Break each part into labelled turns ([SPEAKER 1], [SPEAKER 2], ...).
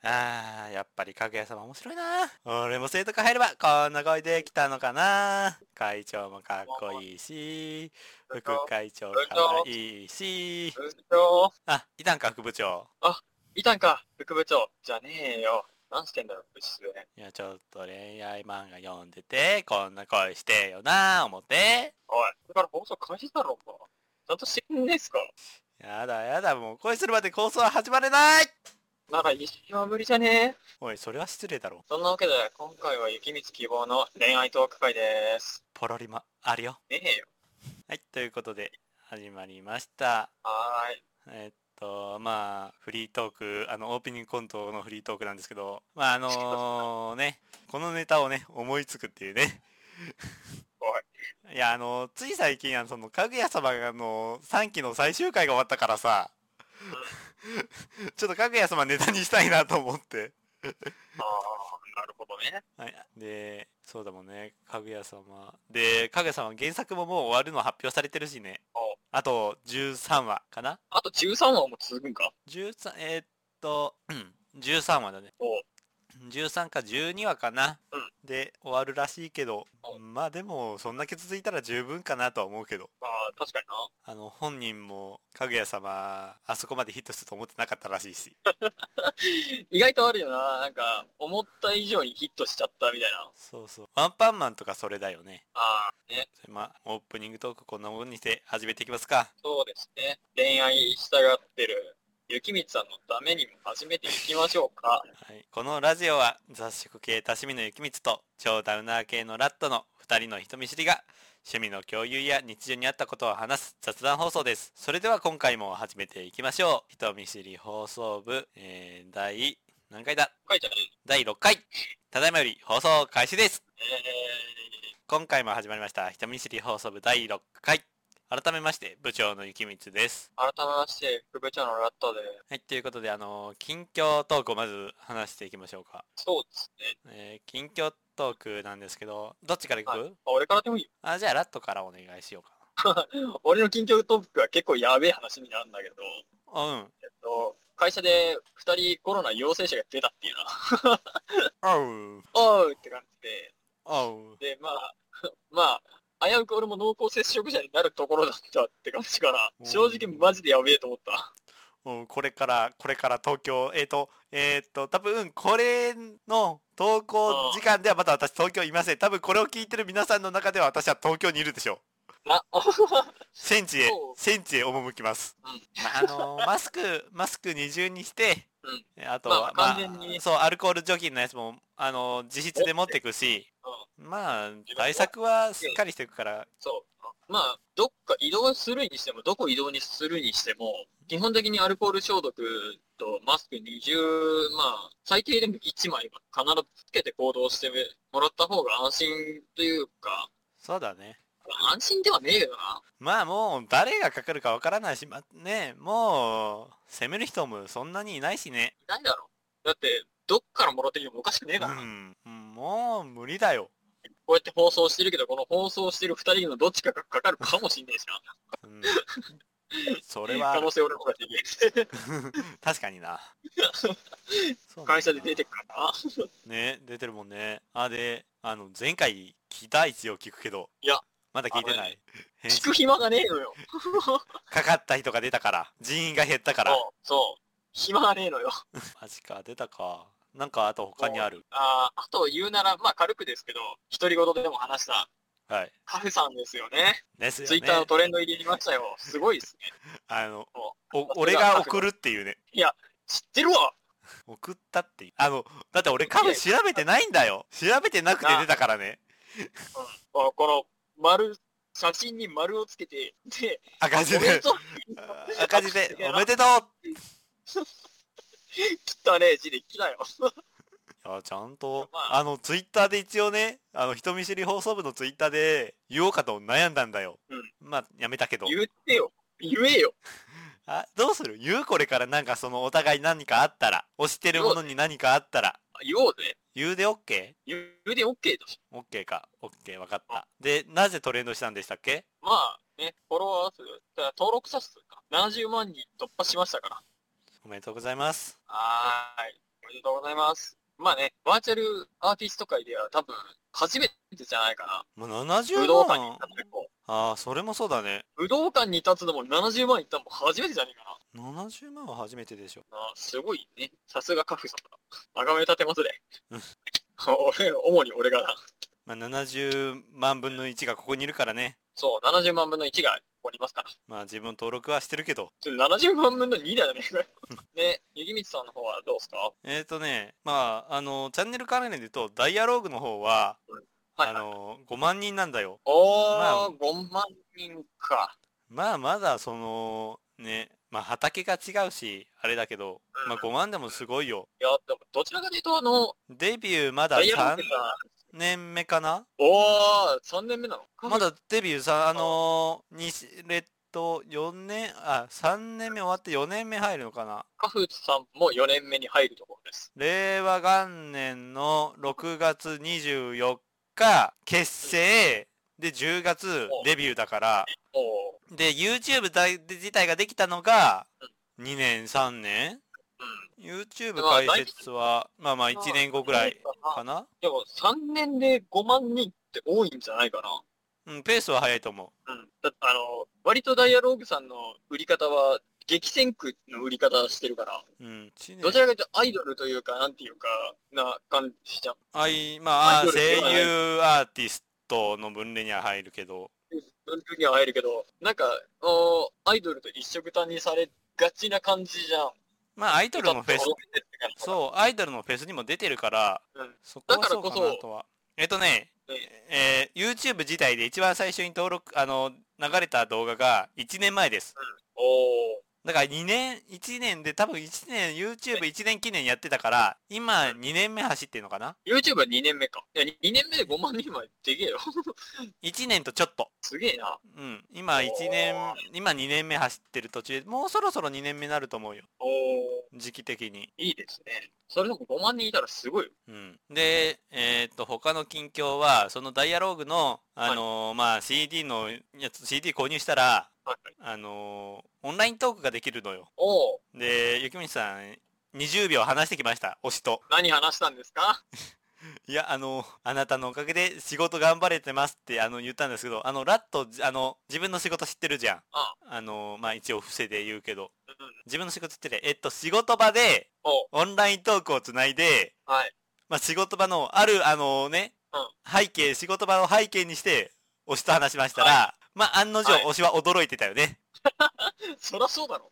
[SPEAKER 1] あー、やっぱりかぐや様面白いな。俺も生徒会入ればこんな声できたのかな。会長もかっこいいし、副会長かわいいし。
[SPEAKER 2] 部長
[SPEAKER 1] あ、いたんか、副部長。
[SPEAKER 2] いたんか副部長じゃねえよ。何してんだよ、部室で。
[SPEAKER 1] いや、ちょっと恋愛漫画読んでて、こんな声してよな、思って。
[SPEAKER 2] おい、これから放送開始だろ、お前ちゃんと死んですか
[SPEAKER 1] やだやだ、もう恋するまで構想は始まれない
[SPEAKER 2] なら一生は無理じゃねえ
[SPEAKER 1] おい、それは失礼だろ。
[SPEAKER 2] そんなわけで、今回は雪光希望の恋愛トーク会です。
[SPEAKER 1] ポロリマ、あるよ。
[SPEAKER 2] ねえよ。
[SPEAKER 1] はい、ということで、始まりました。
[SPEAKER 2] はーい。
[SPEAKER 1] えっと、まあ、フリートーク、あの、オープニングコントのフリートークなんですけど、まあ、あのー、ね、このネタをね、思いつくっていうね。いや、あのつい最近、あの、その、かぐや様が、あの3期の最終回が終わったからさ、 ちょっとかぐや様ネタにしたいなと思って。
[SPEAKER 2] ああ、なるほどね。
[SPEAKER 1] はい、で、そうだもんね、かぐや様。で、かぐや様、原作ももう終わるの発表されてるしね
[SPEAKER 2] お。
[SPEAKER 1] あと、13話かな
[SPEAKER 2] あと13話も続くんか
[SPEAKER 1] ?13、えーっと、 うん、13話だね。
[SPEAKER 2] おう
[SPEAKER 1] 13か12話かな、
[SPEAKER 2] うん
[SPEAKER 1] で、終わるらしいけど
[SPEAKER 2] う、
[SPEAKER 1] まあでも、そんだけ続いたら十分かなとは思うけど、
[SPEAKER 2] まあ、確かにな。
[SPEAKER 1] あの、本人も、かぐや様、あそこまでヒットすると思ってなかったらしいし。
[SPEAKER 2] 意外とあるよな。なんか、思った以上にヒットしちゃったみたいな。
[SPEAKER 1] そうそう。ワンパンマンとかそれだよね。
[SPEAKER 2] ああ、ね。
[SPEAKER 1] それまあ、オープニングトークこんなもんにして始めていきますか。
[SPEAKER 2] そうですね。恋愛したがってる、雪光さんのためにも始めていきましょうか。
[SPEAKER 1] はい、このラジオは雑食系多趣味の雪光と超ダウナー系のラットの2人の人見知りが趣味の共有や日常にあったことを話す雑談放送ですそれでは今回も始めていきましょう人見知り放送部、えー、第何回だ
[SPEAKER 2] 書いてある。
[SPEAKER 1] 第6回ただいまより放送開始です
[SPEAKER 2] えー、
[SPEAKER 1] 今回も始まりました人見知り放送部第6回改めまして部長の雪光です
[SPEAKER 2] 改めまして、副部長のラットで、
[SPEAKER 1] はいということであのー近況トークをまず話していきましょうか
[SPEAKER 2] そうですね。
[SPEAKER 1] えー近況トークなんですけど、どっちから行く、
[SPEAKER 2] あ俺からでもいい
[SPEAKER 1] あ、じゃあラットからお願いしようか
[SPEAKER 2] よ。俺の近況トークは結構やべえ話になるんだけど、
[SPEAKER 1] な。あ、うん。
[SPEAKER 2] えっと、会社で2人コロナ陽性者が出たっていうな。
[SPEAKER 1] あう。
[SPEAKER 2] おうって感じで、
[SPEAKER 1] あう。
[SPEAKER 2] で、まあ、 まあ、危うく俺も濃厚接触者になるところだったって感じかな
[SPEAKER 1] う。ん
[SPEAKER 2] 正直マジでやべえと思った。
[SPEAKER 1] うん、これから、これから東京、えっ、と、えっ、と、多分、これの投稿時間ではまだ私東京いません。多分これを聞いてる皆さんの中では私は東京にいるでしょう。
[SPEAKER 2] あ、
[SPEAKER 1] 戦地へ
[SPEAKER 2] そう、
[SPEAKER 1] 戦地へ赴きます。
[SPEAKER 2] うん
[SPEAKER 1] まあ、あ のーマスク、マスク二重にして、
[SPEAKER 2] うん
[SPEAKER 1] えあと
[SPEAKER 2] まあ
[SPEAKER 1] は、まあ、
[SPEAKER 2] 完全に
[SPEAKER 1] そう、アルコール除菌のやつも、あのー自筆で持ってくし、まあ、対策はしっかりしていくから、
[SPEAKER 2] そう。まあ、どっか移動するにしても、どこ移動にするにしても、基本的にアルコール消毒とマスク20、まあ、最低でも1枚は必ずつけて行動してもらった方が安心というか、
[SPEAKER 1] そうだね。
[SPEAKER 2] 安心ではねえよな。
[SPEAKER 1] まあもう、誰がかかるかわからないし、まあね、もう、攻める人もそんなにいないしね。
[SPEAKER 2] いないだろ。だって、どっからもらってきてもおかしくねえ
[SPEAKER 1] う
[SPEAKER 2] からな。
[SPEAKER 1] ん、もう無理だよ。
[SPEAKER 2] こうやって放送してるけど、この放送してる2人のどっちかがかかるかもしんねえしな。
[SPEAKER 1] うん、それはあ
[SPEAKER 2] 可
[SPEAKER 1] る
[SPEAKER 2] 能性俺の方が低い。
[SPEAKER 1] 確かに な。そうなんだ
[SPEAKER 2] 会社で出てくからな。
[SPEAKER 1] ね、出てるもんね。あ、で、あの、前回聞いた一応聞くけど。
[SPEAKER 2] いや。
[SPEAKER 1] まだ聞いてない。返
[SPEAKER 2] 聞
[SPEAKER 1] 信
[SPEAKER 2] く暇がねえのよ。
[SPEAKER 1] かかった人が出たから。人員が減ったから。
[SPEAKER 2] そう、そう。暇がねえのよ。
[SPEAKER 1] マジか、出たか。なんか、あと他にある。
[SPEAKER 2] あーあと言うなら、まあ軽くですけど、独り言でも話した
[SPEAKER 1] はい。
[SPEAKER 2] カフェさんですよね。
[SPEAKER 1] ですよ
[SPEAKER 2] ツイ
[SPEAKER 1] ね
[SPEAKER 2] ッ。ターのトレンド入りにましたよ。すごいですね。
[SPEAKER 1] あの
[SPEAKER 2] そ、
[SPEAKER 1] お俺が送るっていうね。
[SPEAKER 2] 知ってるわ
[SPEAKER 1] 送ったっていう。あの、だって俺カフェ調べてないんだよ。調べてなくて出たからね。
[SPEAKER 2] あこの丸、写真に丸をつけて、で、
[SPEAKER 1] 赤字
[SPEAKER 2] コメン
[SPEAKER 1] で。
[SPEAKER 2] ト、
[SPEAKER 1] 赤字で、おめでと
[SPEAKER 2] 汚ねえ字で来たよ。
[SPEAKER 1] ういや、ちゃんと
[SPEAKER 2] ま、あ
[SPEAKER 1] あの、ツイッターで一応ね、あの、人見知り放送部のツイッターで言おうかと悩んだんだよ。
[SPEAKER 2] うん
[SPEAKER 1] まあ、やめたけど。
[SPEAKER 2] 言ってよ。言えよ。
[SPEAKER 1] あ、どうする言うこれからなんかそのお互い何かあったら、推してるものに何かあったら、
[SPEAKER 2] 言おうぜ。
[SPEAKER 1] 言うで OK?OK
[SPEAKER 2] 言うで OK だし。
[SPEAKER 1] か。OK、わかった。で、なぜトレンドしたんでしたっけ
[SPEAKER 2] まあ、ね、フォロワー数、だから登録者数か。70万人突破しましたから。
[SPEAKER 1] おめでとうございます。
[SPEAKER 2] はーい。おめでとうございます。ざいます。まあね、バーチャルアーティスト界では多分初めてじゃないか
[SPEAKER 1] まあ、
[SPEAKER 2] な。武
[SPEAKER 1] 70
[SPEAKER 2] 道館に
[SPEAKER 1] 万
[SPEAKER 2] 立つのも、
[SPEAKER 1] ああそれもそうだね
[SPEAKER 2] 武道館に立つのも70万いったのも初めてじゃないかな。
[SPEAKER 1] 70万は初めてでしょ
[SPEAKER 2] あすごいね。さすがカフさんだ。がめ立てますね
[SPEAKER 1] うん。
[SPEAKER 2] 俺、主に俺がな。
[SPEAKER 1] まあ、70万分の1がここにいるからね。
[SPEAKER 2] そう、70万分の1がおりますから。
[SPEAKER 1] まあ自分登録はしてるけど。
[SPEAKER 2] ちょ70万分の2だよね。 で、ゆぎみつさんの方はどうですかは
[SPEAKER 1] えっ、とね、まあ、あの、チャンネル関連で言うと、ダイアローグの方は、
[SPEAKER 2] い、
[SPEAKER 1] あ
[SPEAKER 2] はい。
[SPEAKER 1] の、5万人なんだよ。
[SPEAKER 2] おー、5万人か。
[SPEAKER 1] まあまだその、ね、まあ畑が違うし、あれだけど、まあ5万でもすごいよ。
[SPEAKER 2] いや、でも、どちらかというと、あの、
[SPEAKER 1] デビューまだ
[SPEAKER 2] ダイヤロン
[SPEAKER 1] 3
[SPEAKER 2] ドさ
[SPEAKER 1] 年目かな
[SPEAKER 2] おー、3年目なの
[SPEAKER 1] まだデビューさ、あのー、にレッド4年、あ、3年目終わって4年目入るのかな
[SPEAKER 2] カフさんも4年目に入るところです。
[SPEAKER 1] 令和元年の6月24日結成で10月デビューだから
[SPEAKER 2] おー、
[SPEAKER 1] で YouTube だ自体ができたのが2年3年
[SPEAKER 2] うん。
[SPEAKER 1] YouTube 解説はまあまあ1年後ぐらいかな、
[SPEAKER 2] でも、3年で5万人って多いんじゃないかな。
[SPEAKER 1] うん、ペースは早いと思
[SPEAKER 2] うん、だあの割とダイアローグさんの売り方は激戦区の売り方してるから、
[SPEAKER 1] う、うん、一年
[SPEAKER 2] どちらかというとアイドルというか、なんていうか、な感じじゃん。
[SPEAKER 1] あいまあ
[SPEAKER 2] アイドル
[SPEAKER 1] 声
[SPEAKER 2] ではない
[SPEAKER 1] 優アーティストの分類には入るけど
[SPEAKER 2] そういう時には会えるけど、なんか、おアイドルと一緒くたにされがちな感じじゃん。アイ
[SPEAKER 1] まあアイドルのフェス
[SPEAKER 2] う。
[SPEAKER 1] そうアイドルのフェスにも出てるから
[SPEAKER 2] うん
[SPEAKER 1] そこはそうかなとはえっとね
[SPEAKER 2] ね
[SPEAKER 1] えー YouTube 自体で一番最初に登録、あの、流れた動画が1年前です。
[SPEAKER 2] おお。
[SPEAKER 1] だから2年、1年で多分1年、YouTube1 年記念やってたから、今2年目走ってんのかな
[SPEAKER 2] YouTube は2年目か。いや、2年目で5万人まででけえよ。
[SPEAKER 1] ?1 年とちょっと。
[SPEAKER 2] すげえな。
[SPEAKER 1] うん。今1年
[SPEAKER 2] おー、
[SPEAKER 1] 今2年目走ってる途中で、もうそろそろ2年目になると思うよ。
[SPEAKER 2] おお。
[SPEAKER 1] 時期的に。
[SPEAKER 2] いいですね。それでも5万人いたらすごいよ。
[SPEAKER 1] うん。で、えーっと、他の近況は、そのダイアローグの、あのーまあ、CD のやつ、CD 購入したら、
[SPEAKER 2] はいはい。
[SPEAKER 1] あのーオンライントークができるのよ。
[SPEAKER 2] おお。
[SPEAKER 1] で、雪道さん、20秒話してきました、推しと。
[SPEAKER 2] 何話したんですか
[SPEAKER 1] いや、あの、あなたのおかげで仕事頑張れてますって、あの、言ったんですけど、あの、ラット、あの、自分の仕事知ってるじゃん。
[SPEAKER 2] あ
[SPEAKER 1] の、まあ、一応伏せで言うけど、
[SPEAKER 2] うん。
[SPEAKER 1] 自分の仕事知ってて、えっと、仕事場で、
[SPEAKER 2] おお。
[SPEAKER 1] オンライントークをつないで、
[SPEAKER 2] はい。
[SPEAKER 1] まあ、仕事場の、ある、あのね、
[SPEAKER 2] うん
[SPEAKER 1] 背景、仕事場を背景にして、推しと話しましたら、まあ、案の定、
[SPEAKER 2] はい
[SPEAKER 1] 推しは驚いてたよね。
[SPEAKER 2] そらそうだろ。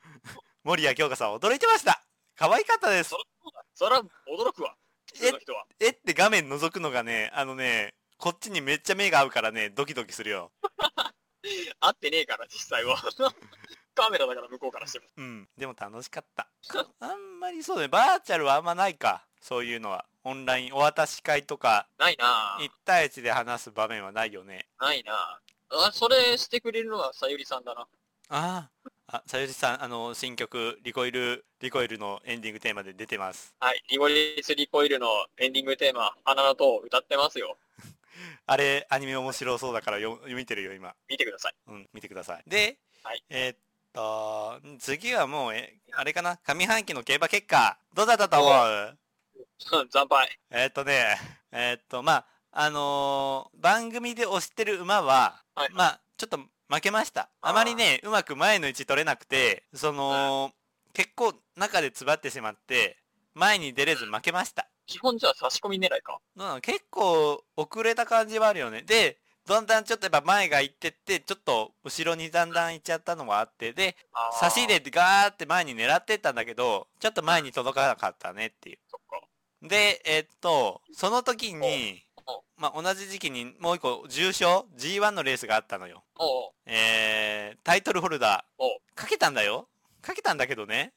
[SPEAKER 1] 森谷京香さん、驚いてました可愛かったです
[SPEAKER 2] そそら驚くわ。普通の人は。
[SPEAKER 1] えって画面覗くのがね、あのね、こっちにめっちゃ目が合うからね、ドキドキするよ。
[SPEAKER 2] 会ってねえから、実際は。 カメラだから向こうからしても。
[SPEAKER 1] うん。でも楽しかった。あんまりそうね、バーチャルはあんまないか。そういうのは。オンラインお渡し会とか、
[SPEAKER 2] ないなぁ
[SPEAKER 1] 1。対1で話す場面はないよね。
[SPEAKER 2] ないなぁ。あ、それしてくれるのはさゆりさんだな。
[SPEAKER 1] ああ。あ、さゆりさん、あの、新曲、リコイル、リコイルのエンディングテーマで出てます。
[SPEAKER 2] はい。リゴリスリコイルのエンディングテーマ、花の塔を歌ってますよ。
[SPEAKER 1] あれ、アニメ面白そうだからよ、見てるよ、今。
[SPEAKER 2] 見てください。
[SPEAKER 1] うん、見てください。で、
[SPEAKER 2] はい
[SPEAKER 1] えーっと、次はもう、え、あれかな上半期の競馬結果、どうだったと思う
[SPEAKER 2] 惨敗。
[SPEAKER 1] えーっとね、えーっと、まあ、あのー番組で推してる馬は、
[SPEAKER 2] はい
[SPEAKER 1] まあ、ちょっと負けました。
[SPEAKER 2] あー
[SPEAKER 1] あまりね、うまく前の位置取れなくて、その、結構中で詰まってしまって、前に出れず負けました。
[SPEAKER 2] 基本じゃあ差し込み狙いか。
[SPEAKER 1] どうなの結構遅れた感じはあるよね。で、だんだんちょっとやっぱ前が行ってって、ちょっと後ろにだんだん行っちゃったのがあって、で、
[SPEAKER 2] あー
[SPEAKER 1] 差し入れ。てガーって前に狙ってったんだけど、ちょっと前に届かなかったねってい
[SPEAKER 2] そっか。
[SPEAKER 1] う。で、えっと、その時に
[SPEAKER 2] おお、
[SPEAKER 1] まあ、同じ時期にもう一個、重賞 G1 のレースがあったのよ。
[SPEAKER 2] おう
[SPEAKER 1] えー、タイトルホルダー
[SPEAKER 2] お。
[SPEAKER 1] かけたんだよかけたんだけどね。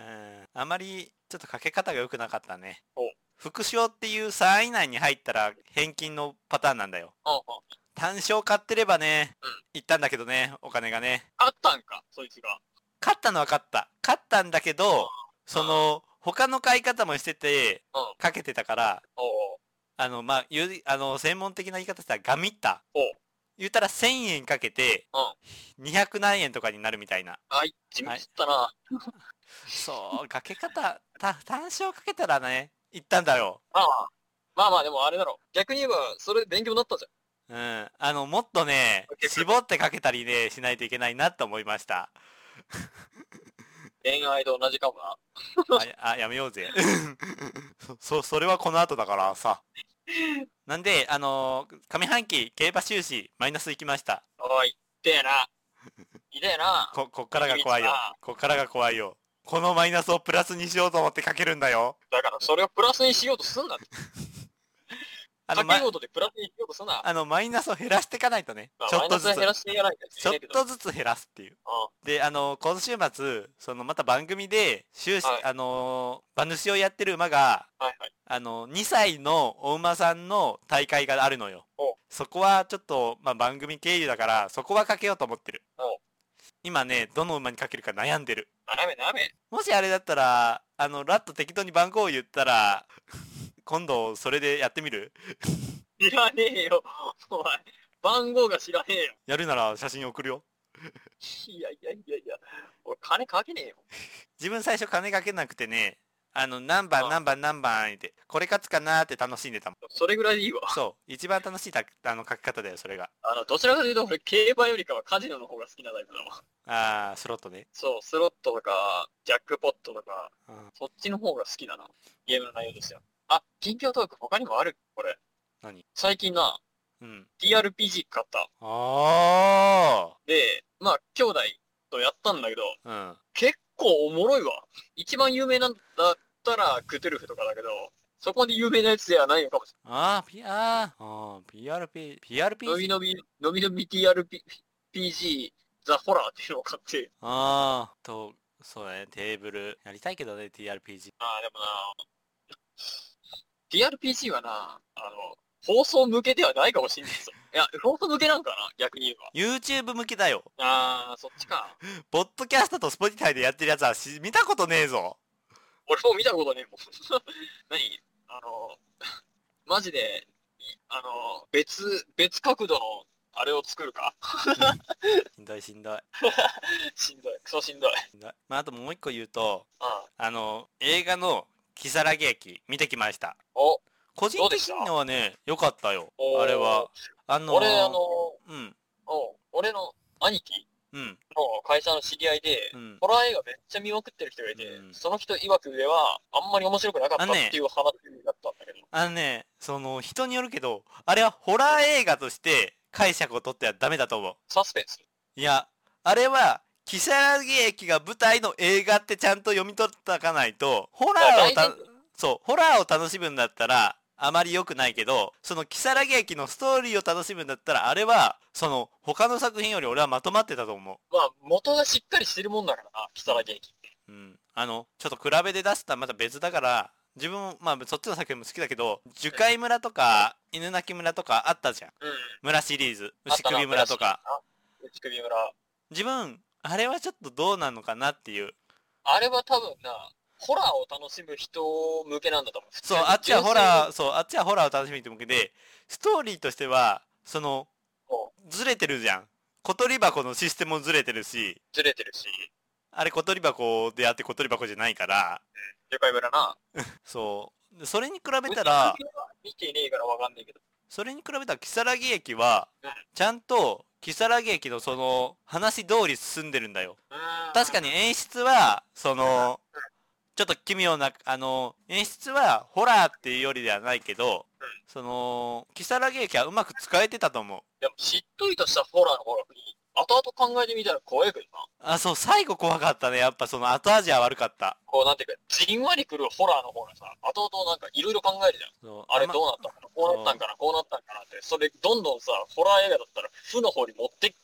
[SPEAKER 1] うん。あまり、ちょっとかけ方が良くなかったね
[SPEAKER 2] お。
[SPEAKER 1] 副賞っていう3位以内に入ったら返金のパターンなんだよ。
[SPEAKER 2] おうおう
[SPEAKER 1] 単勝買ってればね
[SPEAKER 2] うん、
[SPEAKER 1] 行ったんだけどね、お金がね。
[SPEAKER 2] 勝ったんか、そいつが。
[SPEAKER 1] 勝ったのは勝った。勝ったんだけど、その、他の買い方もしてて
[SPEAKER 2] うん、
[SPEAKER 1] かけてたから、
[SPEAKER 2] おう
[SPEAKER 1] あの、まあ、言う、あの、専門的な言い方したらガミった。
[SPEAKER 2] おう
[SPEAKER 1] 言ったら1000円かけて、200何円とかになるみたいな。
[SPEAKER 2] おうはい。地味だったな。
[SPEAKER 1] そう、かけ方、た、単勝かけたらね、行ったんだよ。
[SPEAKER 2] まあまあ、まあまあでもあれだろ。逆に言えば、それで勉強になったじ
[SPEAKER 1] うん。あの、もっとね、絞ってかけたりね、しないといけないなと思いました。
[SPEAKER 2] ゃん。恋愛と同じかもな。
[SPEAKER 1] あやあ、やめようぜ。 そ、それはこの後だからさ。なんで、あのー上半期、競馬収支、マイナス行きました。
[SPEAKER 2] おい、痛 えな。痛えな。
[SPEAKER 1] こ、こっからが怖いよ
[SPEAKER 2] いいな。
[SPEAKER 1] こっからが怖いよ。このマイナスをプラスにしようと思ってかけるんだよ。
[SPEAKER 2] だからそれをプラスにしようとすんなって。
[SPEAKER 1] あの、ま
[SPEAKER 2] 掛け、事でプラスにしようとすんな。
[SPEAKER 1] あの、マイナスを減らしていかないとね
[SPEAKER 2] ま。あ
[SPEAKER 1] ちょ
[SPEAKER 2] マ
[SPEAKER 1] っ
[SPEAKER 2] イ
[SPEAKER 1] と
[SPEAKER 2] ナス
[SPEAKER 1] ず
[SPEAKER 2] は
[SPEAKER 1] つ
[SPEAKER 2] 減。らしていかないとい
[SPEAKER 1] ち
[SPEAKER 2] け
[SPEAKER 1] ょっ
[SPEAKER 2] ないけど。
[SPEAKER 1] とずつ減らすっていう。で、あの、今週末、そのまた番組で、終始、
[SPEAKER 2] はい
[SPEAKER 1] あのー、馬主をやってる馬が、
[SPEAKER 2] うんはいはい。
[SPEAKER 1] あの、2歳のお馬さんの大会があるのよ
[SPEAKER 2] お。
[SPEAKER 1] そこはちょっと、まあ、番組経由だから、そこはかけようと思ってる
[SPEAKER 2] お。
[SPEAKER 1] 今ね、どの馬にかけるか悩んでる。
[SPEAKER 2] なめなめ。
[SPEAKER 1] もしあれだったら、あの、ラット適当に番号を言ったら、今度それでやってみる
[SPEAKER 2] 知らねえよ。 お前、番号が知らねえよ。
[SPEAKER 1] やるなら写真送るよ。
[SPEAKER 2] いやいやいやいや。俺金かけねえよ。
[SPEAKER 1] 自分最初金かけなくてね、あの、何番
[SPEAKER 2] あ
[SPEAKER 1] 何番何番って、これ勝つかなーって楽しんでたもん。
[SPEAKER 2] それぐらいでいいわ。
[SPEAKER 1] そう。一番楽しいたあの書き方だよ、それが。
[SPEAKER 2] あの、どちらかというと俺、競馬よりかはカジノの方が好きなタイプだわ。
[SPEAKER 1] あー、スロットね。
[SPEAKER 2] そう、スロットとか、ジャックポットとか、
[SPEAKER 1] うん
[SPEAKER 2] そっちの方が好きだな。ゲームの内容ですよ。あ、近況トーク他にもあるこれ。
[SPEAKER 1] 何
[SPEAKER 2] 最近な、
[SPEAKER 1] うん。
[SPEAKER 2] TRPG 買った。
[SPEAKER 1] あ
[SPEAKER 2] で、まあ、兄弟とやったんだけど、
[SPEAKER 1] ー。うん。
[SPEAKER 2] 結構おもろいわ。一番有名なんだったら、クトゥルフとかだけど、そこまで有名なやつではないのかもし
[SPEAKER 1] ああ、P、あーあー、PRP、
[SPEAKER 2] れない。
[SPEAKER 1] PRP?
[SPEAKER 2] のびのび、のびのび TRPG、ザ・ホラーっていうのを買って、
[SPEAKER 1] ああ、と、そうだね、テーブル。やりたいけどね、TRPG。
[SPEAKER 2] ああ、でもな、TRPG はな、あの、放送向けではないかもしれないぞ。いや、放送向けなんかな逆に言えば。
[SPEAKER 1] YouTube 向けだよ。
[SPEAKER 2] ああ、そっちか。
[SPEAKER 1] ポッドキャストと Spotify でやってるやつはし見たことねえぞ。
[SPEAKER 2] 俺もう見たことねえもん。 何あの、マジで、いあの、別、別角度の、あれを作るか
[SPEAKER 1] しんどいしんどい。
[SPEAKER 2] しんどい。クソしんどい。
[SPEAKER 1] しんどいまあ、あともう一個言うと、
[SPEAKER 2] ああ
[SPEAKER 1] あの、映画の、キサラゲ駅、見てきました。
[SPEAKER 2] お、
[SPEAKER 1] 個人的にはね、良かったよ
[SPEAKER 2] お。ー
[SPEAKER 1] あれは。あのー
[SPEAKER 2] 俺、あの、
[SPEAKER 1] うん、
[SPEAKER 2] お俺の兄貴
[SPEAKER 1] うん、
[SPEAKER 2] の会社の知り合いで、
[SPEAKER 1] うん。
[SPEAKER 2] ホラー映画めっちゃ見まくってる人がいて、
[SPEAKER 1] うん
[SPEAKER 2] その人曰くでは、あんまり面白くなかった
[SPEAKER 1] あ
[SPEAKER 2] っ
[SPEAKER 1] のね
[SPEAKER 2] ていう話だったんだけど。
[SPEAKER 1] あのね、その、人によるけど、あれはホラー映画として解釈を取ってはダメだと思う。
[SPEAKER 2] サスペンス
[SPEAKER 1] いや、あれは、キサラゲ駅が舞台の映画ってちゃんと読み取っておかないと、ホラーを
[SPEAKER 2] だから
[SPEAKER 1] た、そう、ホラーを楽しむんだったら、あまり良くないけど、そのキサラゲ駅のストーリーを楽しむんだったら、あれは、その、他の作品より俺はまとまってたと思
[SPEAKER 2] まあ、元がしっかりしてるもんだからな、キサラ劇って。
[SPEAKER 1] う。うん。あの、ちょっと比べで出したらまた別だから、自分も、まあ、そっちの作品も好きだけど、樹海村とか、犬鳴村とかあったじゃん。
[SPEAKER 2] うん。
[SPEAKER 1] 村シリーズ、
[SPEAKER 2] あっ
[SPEAKER 1] 牛
[SPEAKER 2] たな
[SPEAKER 1] 首村とか。。
[SPEAKER 2] 牛首村。
[SPEAKER 1] 自分、あれはちょっとどうなのかなっていう。
[SPEAKER 2] あれは多分な、ホラーを楽しむ人向けなんだと思う。
[SPEAKER 1] そう、あっちはホラー、
[SPEAKER 2] ー。
[SPEAKER 1] そう、あっちはホラーを楽しみって向けで、ストーリーとしては、その、
[SPEAKER 2] お
[SPEAKER 1] ずれてるじゃん。小鳥箱のシステムもずれてるし、
[SPEAKER 2] ずれてるし、
[SPEAKER 1] あれ小鳥箱であって小鳥箱じゃないから、
[SPEAKER 2] でかい村な。
[SPEAKER 1] そう。でそれに比べたら、
[SPEAKER 2] 見てねえからわかんないけど。
[SPEAKER 1] それに比べたら、如月駅は
[SPEAKER 2] うん、
[SPEAKER 1] ちゃんと、如月駅のその、話通り進んでるんだよ。確か
[SPEAKER 2] に。
[SPEAKER 1] に演出は、その、ちょっと奇妙な、あの、演出はホラーっていうよりではないけど
[SPEAKER 2] うん、
[SPEAKER 1] その、キサラゲ駅はうまく使えてたと思う。
[SPEAKER 2] でも、しっとりとしたホラーの方がいい。後々考えてみたら怖いけどな。
[SPEAKER 1] あ、そう、最後怖かったね。やっぱその後味は悪かった。
[SPEAKER 2] こう、なんていうか、じんわりくるホラーの方がさ、後々なんかいろいろ考えるじゃん。
[SPEAKER 1] そう
[SPEAKER 2] あれ
[SPEAKER 1] ま
[SPEAKER 2] どうなったのかなこうなったんかなこうなったんかなって。それ、どんどんさ、ホラー映画だったら、負の方に持ってく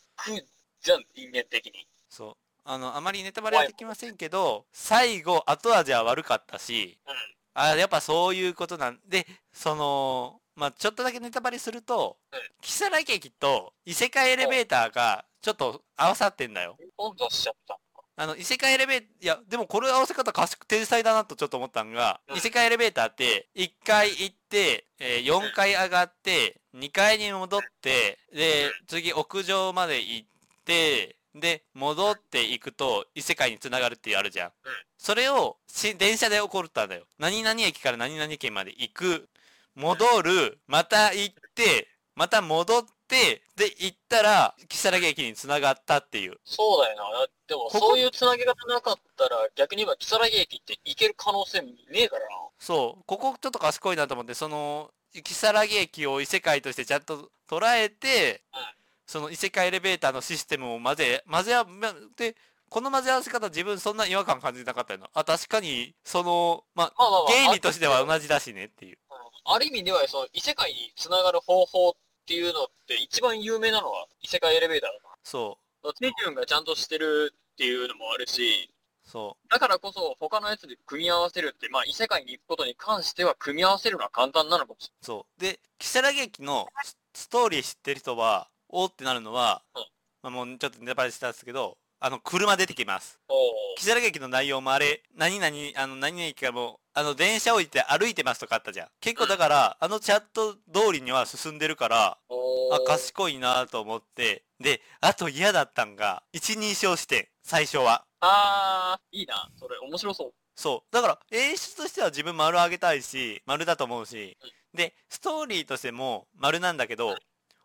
[SPEAKER 2] じゃん、人間的に。
[SPEAKER 1] そう。あの、あまりネタバレはできませんけど、最後、後味は悪かったし、
[SPEAKER 2] うん。
[SPEAKER 1] あ、やっぱそういうことなんで、その、まあ、ちょっとだけネタバレすると
[SPEAKER 2] うん、
[SPEAKER 1] キサラゲ駅と異世界エレベーターがちょっと合わさってんだよ。
[SPEAKER 2] 温度しちゃった。
[SPEAKER 1] あの、異世界エレベーター、いや、でもこれ合わせ方賢く天才だなとちょっと思ったんが、
[SPEAKER 2] うん
[SPEAKER 1] 異世界エレベーターって、1階行って、えー4階上がって、2階に戻って、で、次屋上まで行って、で、戻っていくと異世界に繋がるっていうあるじゃん
[SPEAKER 2] うん。
[SPEAKER 1] それをし電車で起こったんだよ。何々駅から何々駅まで行く、戻る、また行って、また戻って、で、行ったら、木更木駅に繋がったっていう。
[SPEAKER 2] そうだよな。でも、
[SPEAKER 1] ここ
[SPEAKER 2] そういうつなぎ方なかったら、逆に言えば、木更木駅って行ける可能性ねえからな。
[SPEAKER 1] そう、ここちょっと賢いなと思って、その、木更木駅を異世界としてちゃんと捉えて
[SPEAKER 2] うん、
[SPEAKER 1] その異世界エレベーターのシステムを混ぜ、混ぜ合わ、まで、この混ぜ合わせ方自分そんな違和感感じなかったよな。あ、確かに、その、まあ、
[SPEAKER 2] まあまあまあ。
[SPEAKER 1] 原理としては
[SPEAKER 2] あ
[SPEAKER 1] 同じだしねっていう。
[SPEAKER 2] ある意味では、その異世界につながる方法っていうのって、一番有名なのは異世界エレベーターだな。
[SPEAKER 1] そ
[SPEAKER 2] 手順がちゃんとしてるっていうのもあるし、
[SPEAKER 1] う、そ
[SPEAKER 2] だからこそ他のやつで組み合わせるって、まあ異世界に行くことに関しては組み合わせるのは簡単なのかもし
[SPEAKER 1] う、そう。で、木更木駅のスストーリー知ってる人は、おーってなるのは
[SPEAKER 2] うん、
[SPEAKER 1] まあ、もうちょっとネタバレしたんですけど、あの、車出てきます。
[SPEAKER 2] れない。
[SPEAKER 1] 木更木駅の内容もあれ、何々、あの、何々駅からもう、あの、電車降りて歩いてますとかあったじゃん。結構だから、あのチャット通りには進んでるから、
[SPEAKER 2] おー
[SPEAKER 1] あ、賢いなと思って、で、あと嫌だったんが、一人称視点、最初は。
[SPEAKER 2] あー、いいな。それ面白そう。
[SPEAKER 1] そう。だから、演出としては自分丸あげたいし、丸だと思うし
[SPEAKER 2] うん、
[SPEAKER 1] で、ストーリーとしても丸なんだけど、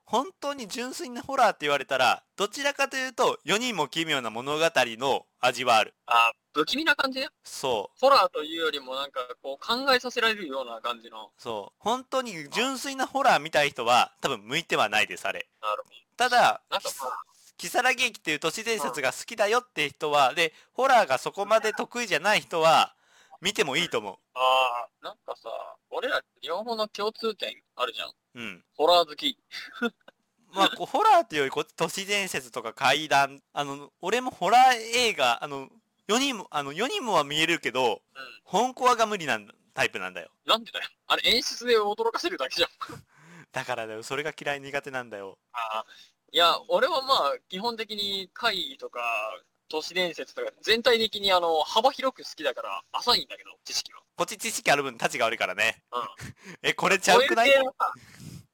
[SPEAKER 1] 本当に純粋なホラーって言われたら、どちらかというと、世にも奇妙な物語の味はある。
[SPEAKER 2] あー、不気味な感じね。
[SPEAKER 1] そう。
[SPEAKER 2] ホラーというよりもなんかこう考えさせられるような感じの。
[SPEAKER 1] そう。本当に純粋なホラー見たい人は多分向いてはないです、あれ。
[SPEAKER 2] なるほど。
[SPEAKER 1] ただ、
[SPEAKER 2] なんかまあ、
[SPEAKER 1] キサラ劇っていう都市伝説が好きだよって人は、で、ホラーがそこまで得意じゃない人は、見てもいいと思
[SPEAKER 2] あー、なんかさ、俺ら両方の共通点あるじゃん。
[SPEAKER 1] う。うん。
[SPEAKER 2] ホラー好き。
[SPEAKER 1] まあ、こうホラーっていうよりこ、都市伝説とか怪談、あの、俺もホラー映画、あの、4人も、あの、4人もは見えるけど、
[SPEAKER 2] うん。
[SPEAKER 1] 本コアが無理なんだ、タイプなんだよ。
[SPEAKER 2] なんでだよ。あれ演出で驚かせるだけじゃん。
[SPEAKER 1] だからだよ、それが嫌い苦手なんだよ。
[SPEAKER 2] ああ、いや、俺はまあ、基本的に怪異とか、都市伝説とか、全体的にあの、幅広く好きだから、浅いんだけど、知識は。
[SPEAKER 1] こっち知識ある分、立ちが悪いからね。
[SPEAKER 2] うん
[SPEAKER 1] え、これちゃうくない
[SPEAKER 2] そういう系はさ、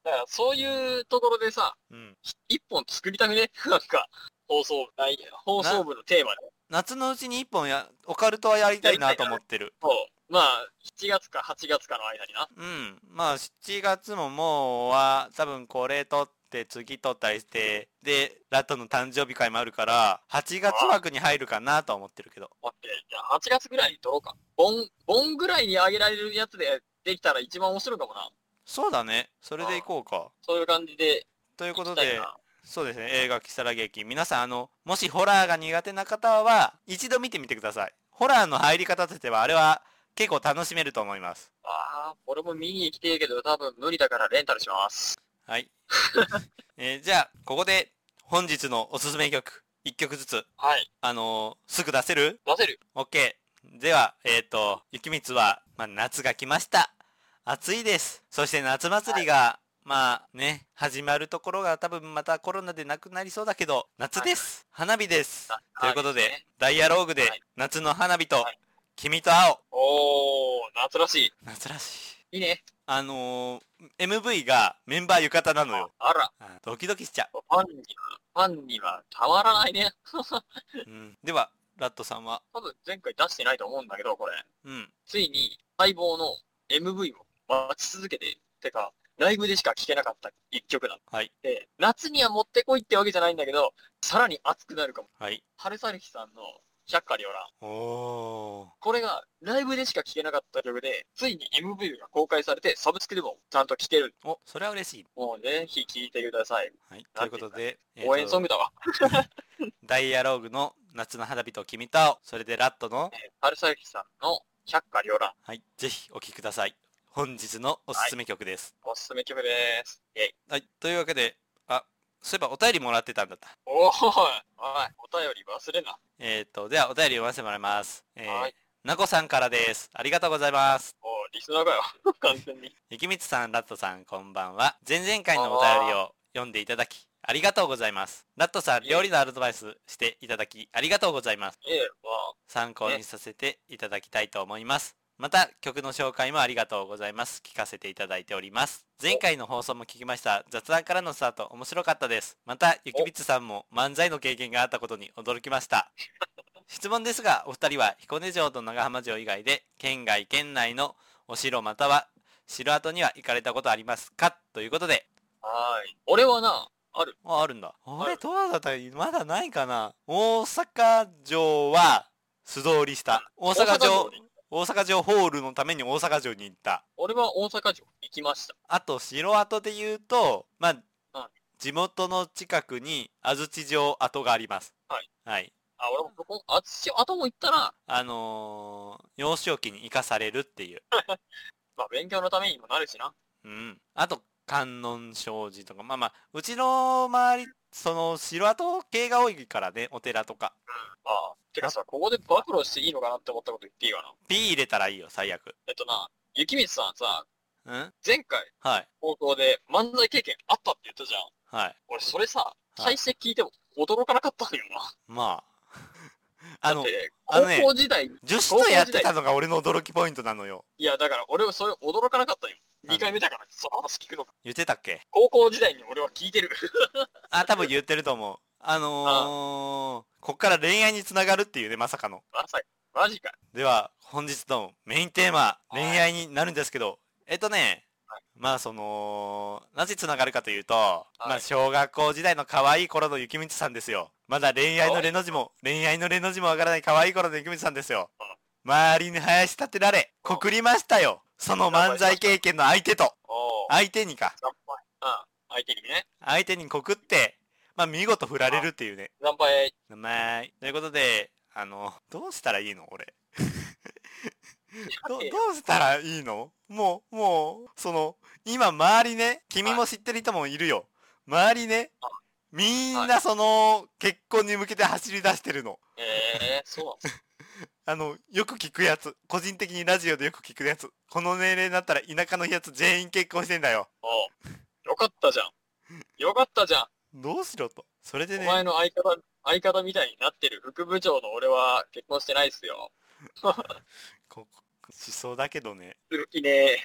[SPEAKER 2] だからそういうところでさ、
[SPEAKER 1] うん。
[SPEAKER 2] 一本作りたくね なんか、放送、ない放送部のテーマで。
[SPEAKER 1] 夏のうちに一本や、オカルトはやりたいなと思ってる。
[SPEAKER 2] そう。まあ、7月か8月かの間にな。
[SPEAKER 1] うん。まあ、7月ももうは、多分これ撮って、次撮ったりして、で、ラットの誕生日会もあるから、8月枠に入るかなと思ってるけど。
[SPEAKER 2] 待って、じゃあ8月ぐらいに撮ろうか。盆、盆ぐらいに上げられるやつでできたら一番面白いかもな。
[SPEAKER 1] そうだね。それで行こうか。
[SPEAKER 2] そういう感じで、
[SPEAKER 1] という
[SPEAKER 2] 行
[SPEAKER 1] こと
[SPEAKER 2] きたい
[SPEAKER 1] で、
[SPEAKER 2] な。
[SPEAKER 1] そうですね、映画、キサラ劇。皆さん、あの、もしホラーが苦手な方は、一度見てみてください。ホラーの入り方としては、あれは結構楽しめると思います。
[SPEAKER 2] ああ、俺も見に行きてえけど、多分無理だからレンタルします。
[SPEAKER 1] はい。 えーじゃあ、ここで本日のおすすめ曲、1曲ずつ、
[SPEAKER 2] はい。
[SPEAKER 1] あのーすぐ出せる
[SPEAKER 2] 出せる。
[SPEAKER 1] ?OK。では、えっ、と、雪光は、まあ、夏が来ました。暑いです。そして夏祭りが、まあね、始まるところが多分またコロナでなくなりそうだけど、夏です。花火です。
[SPEAKER 2] あ
[SPEAKER 1] ということで、
[SPEAKER 2] はいですね
[SPEAKER 1] ダイアローグで
[SPEAKER 2] はい、
[SPEAKER 1] 夏の花火と、
[SPEAKER 2] はい
[SPEAKER 1] 君と青。
[SPEAKER 2] おー、夏らしい。
[SPEAKER 1] 夏らしい。
[SPEAKER 2] いいね。
[SPEAKER 1] あのー MV がメンバー浴衣なのよ。
[SPEAKER 2] あら、
[SPEAKER 1] あドキドキしちゃう。
[SPEAKER 2] ファンには、ファンにはたまらないね。
[SPEAKER 1] うん、では、ラットさんは、
[SPEAKER 2] 多分前回出してないと思うんだけど、これ。
[SPEAKER 1] うん、
[SPEAKER 2] ついに、待望の MV を待ち続けて、てか、ライブでしか聴けなかった一曲なの。
[SPEAKER 1] はい、
[SPEAKER 2] で、夏にはもってこいってわけじゃないんだけど、さらに熱くなるかも。
[SPEAKER 1] はい。
[SPEAKER 2] 春さるひさんの、シャッカリオラン。
[SPEAKER 1] おー、
[SPEAKER 2] これが、ライブでしか聴けなかった曲で、ついに MV が公開されて、サブスクでもちゃんと聴ける。
[SPEAKER 1] お、それは嬉しい。
[SPEAKER 2] もうぜひ聴いてください。
[SPEAKER 1] はい、ということで、
[SPEAKER 2] 応援ソン
[SPEAKER 1] グ
[SPEAKER 2] グだわ。
[SPEAKER 1] ダイアローグの夏の花火と君と青、それでラットの、
[SPEAKER 2] えー春さゆきさんの百花繚乱、
[SPEAKER 1] はい、ぜひお聴きください。本日のおすすめ曲です。
[SPEAKER 2] おすすめ曲です。えい。
[SPEAKER 1] はい、というわけで、あ、そういえばお便りもらってたんだった。
[SPEAKER 2] おーおい、お便り忘れんな。
[SPEAKER 1] えっ、と、ではお便り読ませてもらいます。え
[SPEAKER 2] は
[SPEAKER 1] ー
[SPEAKER 2] い、
[SPEAKER 1] なこさんからです。ありがとうございます。
[SPEAKER 2] おーリスナ ーかよ。完全に。
[SPEAKER 1] ゆきみつさん、ラットさん、こんばんは。前々回のお便りを読んでいただき、ありがとうございます。ラットさん、
[SPEAKER 2] いえ
[SPEAKER 1] 料理のアドバイスしていただき、ありがとうございます。
[SPEAKER 2] ええまあ、
[SPEAKER 1] 参考にさせていただきたいと思います。また曲の紹介もありがとうございます聞かせていただいております前回の放送も聞きました雑談からのスタート面白かったですまたゆきびつさんも漫才の経験があったことに驚きました質問ですがお二人は彦根城と長浜城以外で県外県内のお城または城跡には行かれたことありますかということで
[SPEAKER 2] はーい。俺はな、ある。
[SPEAKER 1] ああるんだあ
[SPEAKER 2] あ
[SPEAKER 1] れ
[SPEAKER 2] る
[SPEAKER 1] どうだったらまだないかな大阪城は素通りした大阪城
[SPEAKER 2] に
[SPEAKER 1] 大阪城ホールのために大阪城に行った
[SPEAKER 2] 俺は大阪城行きました。
[SPEAKER 1] あと城跡で言うと、まあ
[SPEAKER 2] は、
[SPEAKER 1] 地元の近くに安土城跡があります。
[SPEAKER 2] はい。
[SPEAKER 1] はい。
[SPEAKER 2] あ、俺もそこ、あつし、あとも行ったら、
[SPEAKER 1] あのー、幼少期に生かされるっていう。
[SPEAKER 2] まあ勉強のためにもなるしな。
[SPEAKER 1] うん。あと、観音障子とか、まあまあ、うちの周り、その城跡系が多いからね、お寺とか。
[SPEAKER 2] まあ、てかさ、ここで暴露していいのかなって思ったこと言っていいかな。
[SPEAKER 1] ピー入れたらいいよ、最悪。
[SPEAKER 2] えっとな、雪光さんさ、
[SPEAKER 1] うん
[SPEAKER 2] 前回、
[SPEAKER 1] はい。
[SPEAKER 2] 高校で漫才経験あったって言ったじゃん。
[SPEAKER 1] はい。
[SPEAKER 2] 俺、それさ、
[SPEAKER 1] い
[SPEAKER 2] 再生聞いても驚かなかったんよな。
[SPEAKER 1] まあ。 あの、
[SPEAKER 2] で
[SPEAKER 1] あのね
[SPEAKER 2] 高校時代、
[SPEAKER 1] 女子とやってたのが俺の驚きポイントなのよ。
[SPEAKER 2] いや、だから俺はそれ驚かなかったんよ。
[SPEAKER 1] なんで
[SPEAKER 2] 2回目だから、その話聞くのか。
[SPEAKER 1] 言ってたっけ
[SPEAKER 2] 高校時代に俺は聞いてる。
[SPEAKER 1] あ、多分言ってると思う。あのー、こっから恋愛につながるっていうね、まさかの。
[SPEAKER 2] まさか、マジか。
[SPEAKER 1] では、本日のメインテーマ、
[SPEAKER 2] い
[SPEAKER 1] 恋愛になるんですけど、えっとね
[SPEAKER 2] は、
[SPEAKER 1] まあその、なぜつながるかというと、
[SPEAKER 2] い
[SPEAKER 1] まあ小学校時代の可愛い頃の雪道さんですよ。まだ恋愛のレの字も、恋愛のレの字もわからない可愛い頃の雪道さんですよ
[SPEAKER 2] うん。
[SPEAKER 1] 周りに林立てられ、告りましたよ。その漫才経験の相手と、
[SPEAKER 2] おー。
[SPEAKER 1] 相手にか。
[SPEAKER 2] 惨敗。うん。相手にね。
[SPEAKER 1] 相手に告って、まあ見事振られるっていうね。
[SPEAKER 2] 惨敗。
[SPEAKER 1] 名前ということであのどうしたらいいの俺どどうしたらいいのもうもうその今周りね君も知ってる人もいるよ周りね
[SPEAKER 2] あ
[SPEAKER 1] みん
[SPEAKER 2] は
[SPEAKER 1] なその結婚に向けて走り出してるの
[SPEAKER 2] ええー、そうなんです
[SPEAKER 1] あのよく聞くやつ個人的にラジオでよく聞くやつこの年齢になったら田舎のやつ全員結婚してんだよ
[SPEAKER 2] おうよかったじゃん。よかったじゃん。
[SPEAKER 1] どうしろとそれで
[SPEAKER 2] お
[SPEAKER 1] ね
[SPEAKER 2] 前の相方、相方みたいになってる副部長の俺は結婚してないっすよ。
[SPEAKER 1] ここしそうだけどね
[SPEAKER 2] する気ねえ。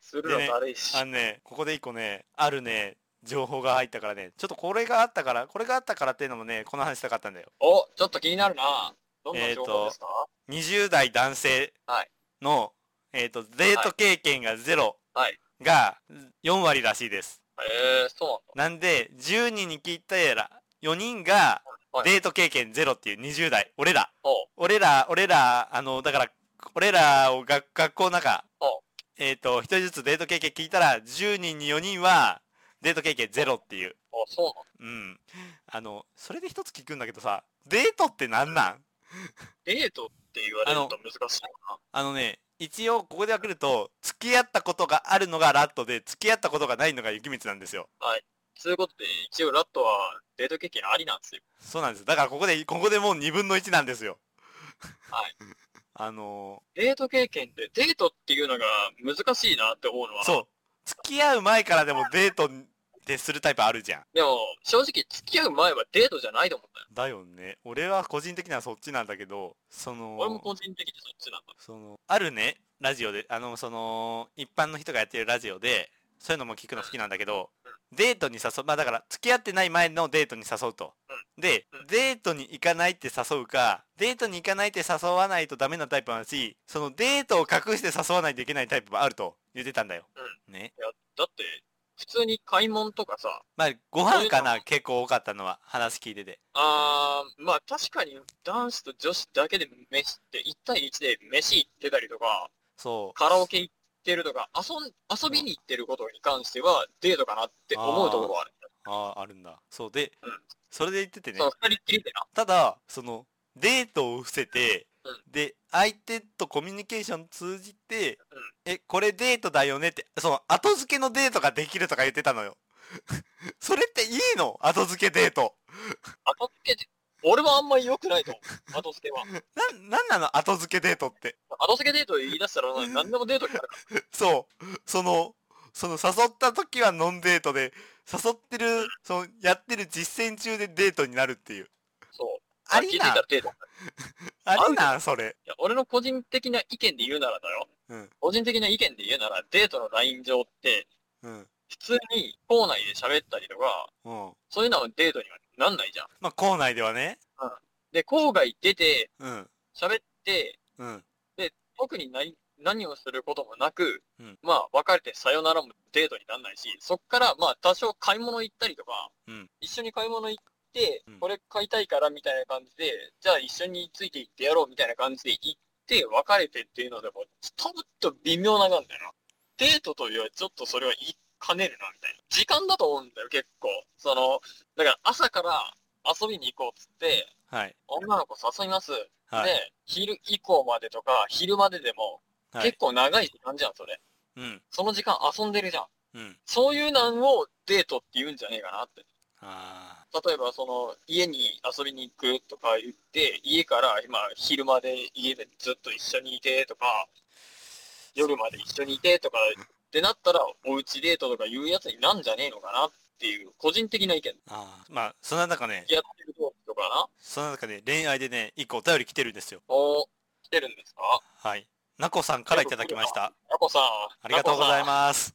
[SPEAKER 2] する
[SPEAKER 1] で
[SPEAKER 2] の
[SPEAKER 1] ね
[SPEAKER 2] だるいし。
[SPEAKER 1] あのね、ここで一個ね、あるね、情報が入ったからね、ちょっとこれがあったから、これがあったからっていうのもね、この話したかったんだよ。
[SPEAKER 2] お、ちょっと気になるな。どんな情
[SPEAKER 1] えーと
[SPEAKER 2] 報ですか、
[SPEAKER 1] 20代男性
[SPEAKER 2] はい
[SPEAKER 1] の、えっ、と、デート経験がゼロ
[SPEAKER 2] はい
[SPEAKER 1] が4割らしいです。
[SPEAKER 2] ええー、そうなんだ。
[SPEAKER 1] なんで、10人に聞いたら、4人が
[SPEAKER 2] はい
[SPEAKER 1] デート経験ゼロっていう20代、俺ら。
[SPEAKER 2] おう
[SPEAKER 1] 俺ら、俺ら、あの、だから、俺らをが学校の中
[SPEAKER 2] お、
[SPEAKER 1] えっ、と、一人ずつデート経験聞いたら、10人に4人はデート経験ゼロっていう。
[SPEAKER 2] お、そうなんだ。
[SPEAKER 1] うん。あの、それで一つ聞くんだけどさ、デートってなんなん
[SPEAKER 2] デートって言われると難しいのか
[SPEAKER 1] あのね、一応ここで分けると、付き合ったことがあるのがラットで、付き合ったことがないのが雪光なんですよ。
[SPEAKER 2] な。そういうことで、一応ラットはデート経験ありなんですよ。
[SPEAKER 1] そうなんです。だからここで、ここでもう2分の1なんですよ。
[SPEAKER 2] はい。
[SPEAKER 1] あの
[SPEAKER 2] デート経験って、デートっていうのが難しいなって思うの
[SPEAKER 1] ー
[SPEAKER 2] は、
[SPEAKER 1] そう。付き合う前からでもデートってするタイプあるじゃん。
[SPEAKER 2] でも、正直、付き合う前はデートじゃないと思うんだよ。
[SPEAKER 1] だよね。俺は個人的にはそっちなんだけど、そ
[SPEAKER 2] 俺も
[SPEAKER 1] の、
[SPEAKER 2] 個人的にそっちなんだ。
[SPEAKER 1] その、あるね、ラジオで、あの、その、一般の人がやってるラジオで、そういうのも聞くの好きなんだけど、デートに誘う、まあだから、付き合ってない前のデートに誘うと。で
[SPEAKER 2] うん、
[SPEAKER 1] デートに行かないって誘うか、デートに行かないって誘わないとダメなタイプもあるし、そのデートを隠して誘わないといけないタイプもあると言ってたんだよ。ね。
[SPEAKER 2] いや、だって、普通に買い物とかさ、
[SPEAKER 1] まあ、ご飯か
[SPEAKER 2] そういうの
[SPEAKER 1] な、結構多かったのは、話聞いてて。
[SPEAKER 2] あー、まあ確かに男子と女子だけで飯って、1対1で飯行ってたりとか、
[SPEAKER 1] そう。
[SPEAKER 2] カラオケ行ってるとか、遊ん遊びに行ってることに関してはデートかなって思うところはある。
[SPEAKER 1] ああ、あるんだ。そうで
[SPEAKER 2] うん、
[SPEAKER 1] それで言っててね
[SPEAKER 2] そ、の二人っきりでな。
[SPEAKER 1] ただそのデートを伏せて、
[SPEAKER 2] うん
[SPEAKER 1] で相手とコミュニケーション通じて、
[SPEAKER 2] うん
[SPEAKER 1] えこれデートだよねってその後付けのデートができるとか言ってたのよ それっていいの後付けデート
[SPEAKER 2] 後付けて、俺はあんまり良くないと思う。後付けは。
[SPEAKER 1] なんなんなの後付けデートって
[SPEAKER 2] 後付けデート言い出したら何でもデートになるから。
[SPEAKER 1] そうそのその誘った時はノンデートで誘ってるそのやってる実践中でデートになるっていう
[SPEAKER 2] そう。
[SPEAKER 1] あり
[SPEAKER 2] 気づい
[SPEAKER 1] な
[SPEAKER 2] たら、手だい
[SPEAKER 1] ありな、それ。
[SPEAKER 2] や、俺の個人的な意見で言うならだよ。
[SPEAKER 1] うん
[SPEAKER 2] 個人的な意見で言うなら、デートのライン上って、
[SPEAKER 1] うん。
[SPEAKER 2] 普通に校内で喋ったりとか、
[SPEAKER 1] うん。
[SPEAKER 2] そういうのはデートにはなんないじゃん。
[SPEAKER 1] まあ、校内ではね。
[SPEAKER 2] で、郊外出て、
[SPEAKER 1] うん。
[SPEAKER 2] 喋って、
[SPEAKER 1] うん。
[SPEAKER 2] 特に何何をすることもなく、
[SPEAKER 1] うん
[SPEAKER 2] まあ別れてさよならもデートになんないし、そっからまあ多少買い物行ったりとか、
[SPEAKER 1] うん
[SPEAKER 2] 一緒に買い物行って、
[SPEAKER 1] うん
[SPEAKER 2] これ買いたいからみたいな感じで、じゃあ一緒について行ってやろうみたいな感じで行って、別れてっていうのでも、ちょっと微妙な感じだよな。デートというよりはちょっとそれは言いかねるなみたいな。時間だと思うんだよ結構。その、だから朝から遊びに行こうっつって、
[SPEAKER 1] はい。
[SPEAKER 2] 女の子誘います。
[SPEAKER 1] はい。
[SPEAKER 2] で、昼以降までとか、昼まででも、
[SPEAKER 1] は
[SPEAKER 2] 結
[SPEAKER 1] い。
[SPEAKER 2] 構長い時間じゃん、それ。
[SPEAKER 1] うん。
[SPEAKER 2] その時間遊んでるじゃん。
[SPEAKER 1] うん。
[SPEAKER 2] そういうなんをデートって言うんじゃねえかなって。
[SPEAKER 1] あ
[SPEAKER 2] 例えば、その、家に遊びに行くとか言って、家から今、昼まで家でずっと一緒にいてとか、夜まで一緒にいてとか、ってなったら、おうちデートとか言うやつになんじゃねえのかなっていう、個人的な意見。
[SPEAKER 1] あ。ああ。まあ、そんな中ね、
[SPEAKER 2] やってる時とかな
[SPEAKER 1] そんな中で恋愛でね、一個お便り来てるんですよ。
[SPEAKER 2] お来てるんですか
[SPEAKER 1] はい。なこさんからいただきました。
[SPEAKER 2] あこさん。
[SPEAKER 1] ありがとうござい
[SPEAKER 2] す。
[SPEAKER 1] ます。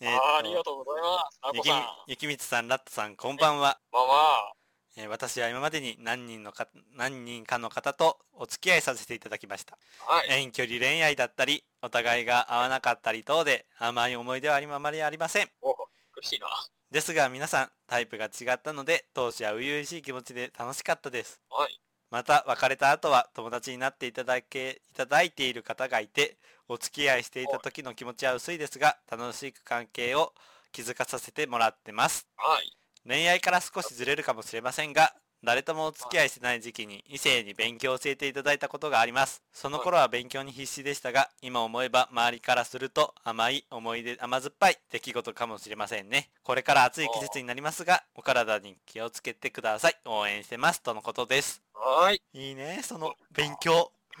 [SPEAKER 1] えーっ
[SPEAKER 2] あーありがとうございます。あ
[SPEAKER 1] ゆ
[SPEAKER 2] こ
[SPEAKER 1] き
[SPEAKER 2] さん
[SPEAKER 1] み。ゆきみつさん、ラットさん、こんばんは。
[SPEAKER 2] まあまあ。
[SPEAKER 1] えー私は今までに何人のか何人かの方とお付き合いさせていただきました。
[SPEAKER 2] はい。
[SPEAKER 1] 遠距離恋愛だったり、お互いが合わなかったり等で甘い思い出はありあまりありません。
[SPEAKER 2] お苦しいな。
[SPEAKER 1] ですが皆さん、タイプが違ったので、当時は初々しい気持ちで楽しかったです。
[SPEAKER 2] はい。
[SPEAKER 1] また別れた後は友達になっていただけいただいている方がいてお付き合いしていた時の気持ちは薄いですが楽しく関係を築かさせてもらってます
[SPEAKER 2] はい。
[SPEAKER 1] 恋愛から少しずれるかもしれませんが誰ともお付き合いしてない時期に異性に勉強を教えていただいたことがありますその頃は勉強に必死でしたが今思えば周りからすると甘い思い出甘酸っぱい出来事かもしれませんねこれから暑い季節になりますがお体に気をつけてください応援してますとのことです
[SPEAKER 2] はい。
[SPEAKER 1] いいね、その勉強。
[SPEAKER 2] あ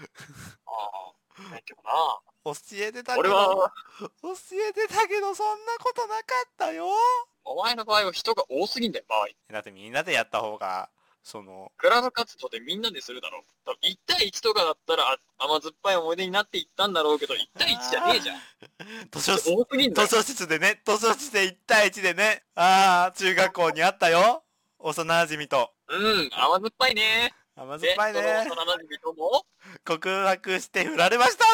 [SPEAKER 2] あ。勉強な。
[SPEAKER 1] 教えてたけど、
[SPEAKER 2] 俺は、
[SPEAKER 1] 教えてたけど、そんなことなかったよ。
[SPEAKER 2] お前の場合は人が多すぎんだよ、場合。
[SPEAKER 1] だってみんなでやった方が、その、
[SPEAKER 2] クラブ活動でみんなでするだろ。多分1対1とかだったらあ甘酸っぱい思い出になっていったんだろうけど、1対1じゃねえじゃん。
[SPEAKER 1] 図書室、
[SPEAKER 2] 多すぎんだ
[SPEAKER 1] 図
[SPEAKER 2] よ。
[SPEAKER 1] 書室でね、図書室で1対1でね、あー、中学校にあったよ。幼馴染と。
[SPEAKER 2] うん、甘酸っぱいね。
[SPEAKER 1] 甘酸っ
[SPEAKER 2] で、
[SPEAKER 1] ぱいね
[SPEAKER 2] そ。の幼馴染とも、
[SPEAKER 1] 告白して振られました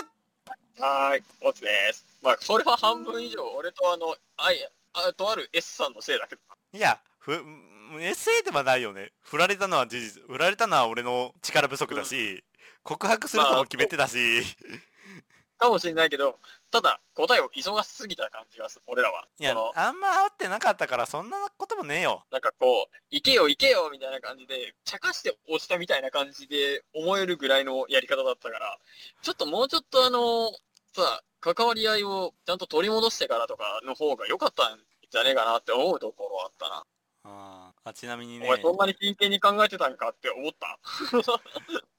[SPEAKER 2] はーい、おつです。まあ、それは半分以上、俺とあの、あい、あとある S さんのせいだけど。
[SPEAKER 1] いや、ふ、エッセイではないよね。振られたのは事実。振られたのは俺の力不足だし、告白するとも決めてたし。
[SPEAKER 2] かもしれないけど、ただ、答えを忙しすぎた感じがする、俺らは。
[SPEAKER 1] いや
[SPEAKER 2] その、
[SPEAKER 1] あんま会ってなかったから、そんなこともねえよ。
[SPEAKER 2] なんかこう、行けよ行けよみたいな感じで、茶化して押したみたいな感じで思えるぐらいのやり方だったから、ちょっともうちょっとあの、さ、関わり合いをちゃんと取り戻してからとかの方が良かったんじゃねえかなって思うところあったな。
[SPEAKER 1] あーあちなみにね
[SPEAKER 2] お前そんなに真剣に考えてたんかって思った。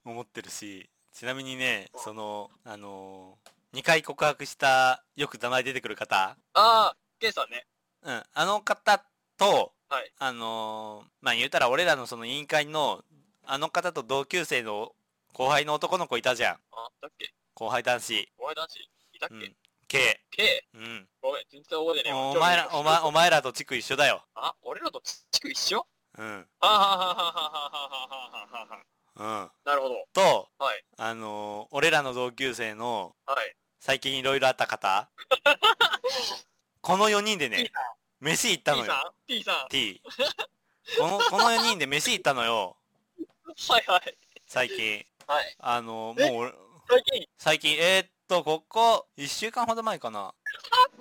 [SPEAKER 1] 思ってるしちなみにねそのあのー、2回告白したよく名前出てくる方、
[SPEAKER 2] ああ、ケイさんね。
[SPEAKER 1] うん、あの方と、
[SPEAKER 2] はい
[SPEAKER 1] あのーまあ言うたら俺らのその委員会のあの方と同級生の後輩の男の子いたじゃん
[SPEAKER 2] あ、だっけ
[SPEAKER 1] 後輩男子、
[SPEAKER 2] お前男子いたっ
[SPEAKER 1] う
[SPEAKER 2] け、
[SPEAKER 1] ん、K、
[SPEAKER 2] ケ
[SPEAKER 1] うん、
[SPEAKER 2] イごめん、全然覚えてねえわ
[SPEAKER 1] お前らお前お前らと地区一緒だよ、
[SPEAKER 2] あ、俺らと地区一緒
[SPEAKER 1] うん
[SPEAKER 2] あはははははははははは。
[SPEAKER 1] うん、
[SPEAKER 2] なるほど。
[SPEAKER 1] と
[SPEAKER 2] はい。
[SPEAKER 1] あのー俺らの同級生の
[SPEAKER 2] はい。
[SPEAKER 1] 最近いろいろあった方この4人で
[SPEAKER 2] T
[SPEAKER 1] ね飯行ったの
[SPEAKER 2] T
[SPEAKER 1] よ
[SPEAKER 2] さん ?T さん
[SPEAKER 1] T このこの4人で飯行ったのよ
[SPEAKER 2] はいはい。
[SPEAKER 1] 最近
[SPEAKER 2] はい。
[SPEAKER 1] あの
[SPEAKER 2] え
[SPEAKER 1] もう俺
[SPEAKER 2] 最近、
[SPEAKER 1] 最近えー、っとここ1週間ほど前かな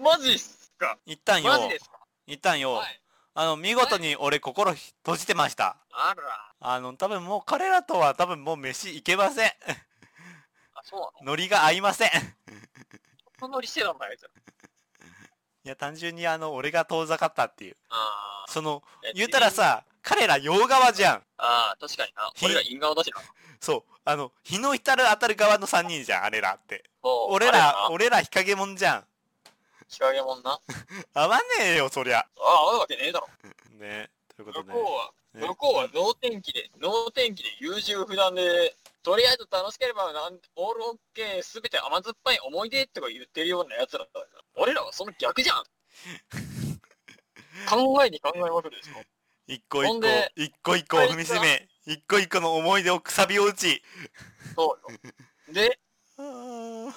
[SPEAKER 2] マジっすか
[SPEAKER 1] 行ったんよ
[SPEAKER 2] マジですか
[SPEAKER 1] 行ったんよ、
[SPEAKER 2] はい。
[SPEAKER 1] あの見事に俺心閉じてました
[SPEAKER 2] あら。
[SPEAKER 1] あの多分もう彼らとは多分もう飯行けません
[SPEAKER 2] あ、そうなの
[SPEAKER 1] ノリが合いません
[SPEAKER 2] そのリセランないじゃん。
[SPEAKER 1] いや単純にあの俺が遠ざかったっていう
[SPEAKER 2] あー
[SPEAKER 1] その
[SPEAKER 2] え
[SPEAKER 1] 言うたら。さ彼ら洋側じゃん
[SPEAKER 2] あー、確かにな。
[SPEAKER 1] ひ
[SPEAKER 2] 俺ら因果を出してな。
[SPEAKER 1] そう。あの、日の至る当たる側の3人じゃん、あれらって。
[SPEAKER 2] おう
[SPEAKER 1] 俺
[SPEAKER 2] あ
[SPEAKER 1] ら、
[SPEAKER 2] れな
[SPEAKER 1] 俺ら日陰もんじゃん。
[SPEAKER 2] 仕上げもんな。あ
[SPEAKER 1] 合わねえよ、そりゃ。
[SPEAKER 2] あ、合うわけねえだろ。
[SPEAKER 1] ね。とそういうこと
[SPEAKER 2] 向こ
[SPEAKER 1] ね。
[SPEAKER 2] うは、
[SPEAKER 1] ね
[SPEAKER 2] 向こうは能天気で、能天気で優柔不断で、とりあえず楽しければなんオールオッケー、すべて甘酸っぱい思い出とか言ってるようなやつらだから。俺らはその逆 じゃん考えに考えまくるでしょ。
[SPEAKER 1] 一個一
[SPEAKER 2] ほん
[SPEAKER 1] 個
[SPEAKER 2] で、
[SPEAKER 1] 一個一個を踏みしめ、一個一個の思い出をくさびを打ち。
[SPEAKER 2] そうよ。で、
[SPEAKER 1] あー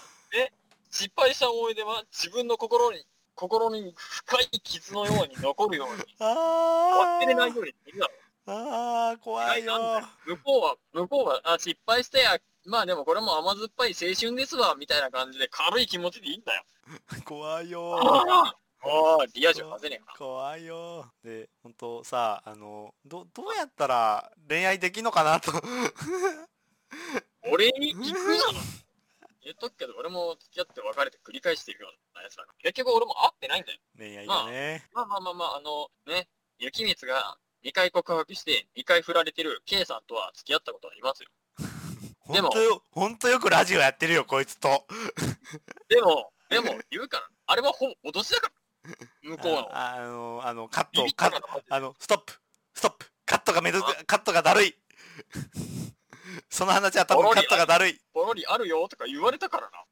[SPEAKER 2] 失敗した思い出は自分の心に、心に深い傷のように残るよ うに、
[SPEAKER 1] あ
[SPEAKER 2] 忘れない
[SPEAKER 1] ー
[SPEAKER 2] ようにできるだろ
[SPEAKER 1] あー怖いよ。
[SPEAKER 2] 向こうは、向こうは、あ、失敗したや、まあでもこれも甘酸っぱい青春ですわ、みたいな感じで軽い気持ちでいいんだよ。
[SPEAKER 1] 怖いよ。
[SPEAKER 2] ああ、リア充外れねえか
[SPEAKER 1] 怖いよ。で、本当さ、あの、ど、どうやったら恋愛できんのかなと。
[SPEAKER 2] な。俺に聞くなの。言っとくけど、俺も付き合って別れて繰り返していくようなやつだから。結局俺も会ってないんだよ。
[SPEAKER 1] 恋愛だね。
[SPEAKER 2] まあまあまあまあ、あの、ね、雪光が2回告白して2回振られてる K さんとは付き合ったことありますよ。
[SPEAKER 1] ほ
[SPEAKER 2] でも
[SPEAKER 1] んとよ、ほんとよくラジオやってるよ、こいつと。
[SPEAKER 2] でも、でも言うから、あれはほぼ脅しだから。向こうの。
[SPEAKER 1] ああの、あの、カッ
[SPEAKER 2] ビ
[SPEAKER 1] ト
[SPEAKER 2] ビっ、
[SPEAKER 1] カ
[SPEAKER 2] た
[SPEAKER 1] ッ
[SPEAKER 2] か
[SPEAKER 1] ト、
[SPEAKER 2] ら
[SPEAKER 1] あの、ストップ、ストップ、カットがめどく、カットがだるい。 その話は多分カットがだるい。
[SPEAKER 2] ポロリあるよとか言われたからな。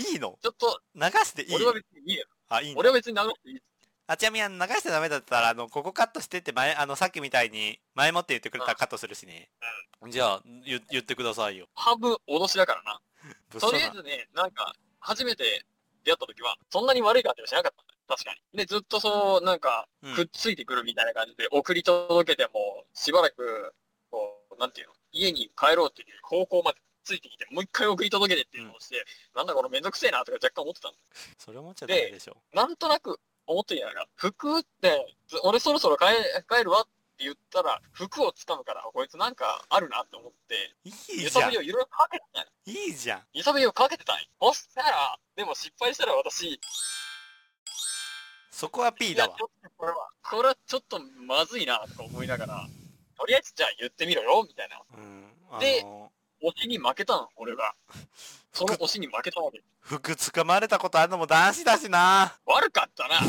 [SPEAKER 1] いいの
[SPEAKER 2] ちょっと、
[SPEAKER 1] 流していい
[SPEAKER 2] 俺は別にいいよ。
[SPEAKER 1] あ、いいの
[SPEAKER 2] 俺は別に流していい。
[SPEAKER 1] あ、ちなみにあの流してダメだったら、あの、ここカットしてって前、あの、さっきみたいに、前もって言ってくれたらカットするしね。じゃあ、言言ってくださいよ。
[SPEAKER 2] 半分脅しだからな。
[SPEAKER 1] 物
[SPEAKER 2] と
[SPEAKER 1] 騒
[SPEAKER 2] りあえ
[SPEAKER 1] な。
[SPEAKER 2] ずね、なんか、初めて出会った時は、そんなに悪い感じはしなかったんだよ。確かに。で、ずっとそう、なんか、
[SPEAKER 1] うん
[SPEAKER 2] くっついてくるみたいな感じで、送り届けても、しばらく、こう、なんていうの、家に帰ろうっていう方向までついてきて、もう一回送り届けてっていうのをして、なんだこのめんどくせえなとか若干思ってたんだよ
[SPEAKER 1] それ思っちゃダメでしょ。
[SPEAKER 2] なんとなく思っていながら、服って、ず俺そろそろ帰帰るわって言ったら、服を掴むから、こいつなんかあるなって思って、
[SPEAKER 1] いい
[SPEAKER 2] 揺
[SPEAKER 1] じ
[SPEAKER 2] さ
[SPEAKER 1] ゃん
[SPEAKER 2] ぶり。をいろいろかけてたんよ
[SPEAKER 1] いいじゃん。
[SPEAKER 2] 揺さぶりをかけてたんよそしたら、でも失敗したら私、
[SPEAKER 1] そこは P だ
[SPEAKER 2] いや
[SPEAKER 1] わ
[SPEAKER 2] ち。ょっとこれは、これはちょっとまずいなとか思いながら、とりあえずじゃあ言ってみろよ、みたいな。
[SPEAKER 1] うん。あ
[SPEAKER 2] で
[SPEAKER 1] の、
[SPEAKER 2] 推しに負けたの、俺が。その
[SPEAKER 1] 服、
[SPEAKER 2] 推しに負けたわけ。
[SPEAKER 1] 服つかまれたことあるのも男子だしな。
[SPEAKER 2] 悪かったな。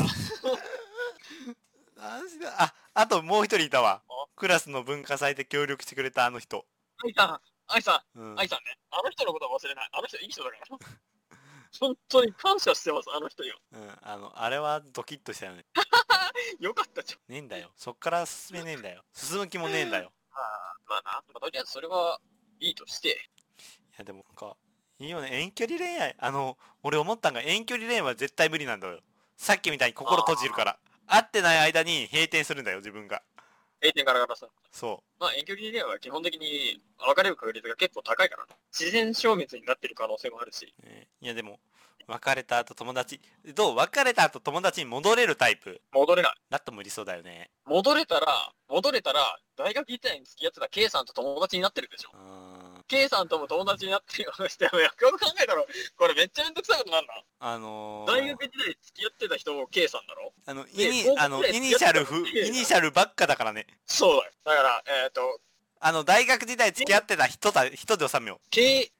[SPEAKER 1] 男子だ。あ、あともう一人いたわ
[SPEAKER 2] あ。
[SPEAKER 1] クラスの文化祭で協力してくれたあの人。
[SPEAKER 2] 愛さん、愛さん、
[SPEAKER 1] うん。
[SPEAKER 2] 愛さんね。あの人のことは忘れない。あの人いい人だから。本当に感謝してます、あの人には。
[SPEAKER 1] うん。あの、あれはドキッとしたよね。
[SPEAKER 2] よかったじゃん。
[SPEAKER 1] ねえんだよ。そっから進めねえんだよ。進む気もねえんだよ。
[SPEAKER 2] まあな、まあ、とりあえずそれはいいとして。
[SPEAKER 1] いやでもなんかいいよね遠距離恋愛あの俺思ったんが遠距離恋愛は絶対無理なんだよさっきみたいに心閉じるから会ってない間に閉店するんだよ自分が
[SPEAKER 2] 0点からからさ。
[SPEAKER 1] そ
[SPEAKER 2] まあ遠距離恋愛は基本的に別れる確率が結構高いからね。自然消滅になってる可能性もあるし。
[SPEAKER 1] う、ねいやでも別れた後友達どう別れた後友達に戻れるタイプ
[SPEAKER 2] 戻れない。
[SPEAKER 1] だと無理そうだよね
[SPEAKER 2] 戻れたら、戻れたら、大学時代に付き合ってた K さんと友達になってるでしょ
[SPEAKER 1] う。ーん
[SPEAKER 2] K さんとも友達になってるような人は、よくよく考えたら、これめっちゃめんどくさいことなんだ。
[SPEAKER 1] あのー、
[SPEAKER 2] 大学時代付き合ってた人も K さんだろ
[SPEAKER 1] あのイ
[SPEAKER 2] 高校
[SPEAKER 1] ニあの
[SPEAKER 2] 生
[SPEAKER 1] イニシャルふ
[SPEAKER 2] やってたの
[SPEAKER 1] イニシャルばっかだからね
[SPEAKER 2] そうだよ。だから、えっ、ー、と、
[SPEAKER 1] あの大学時代付き合ってた人だ人で収めよう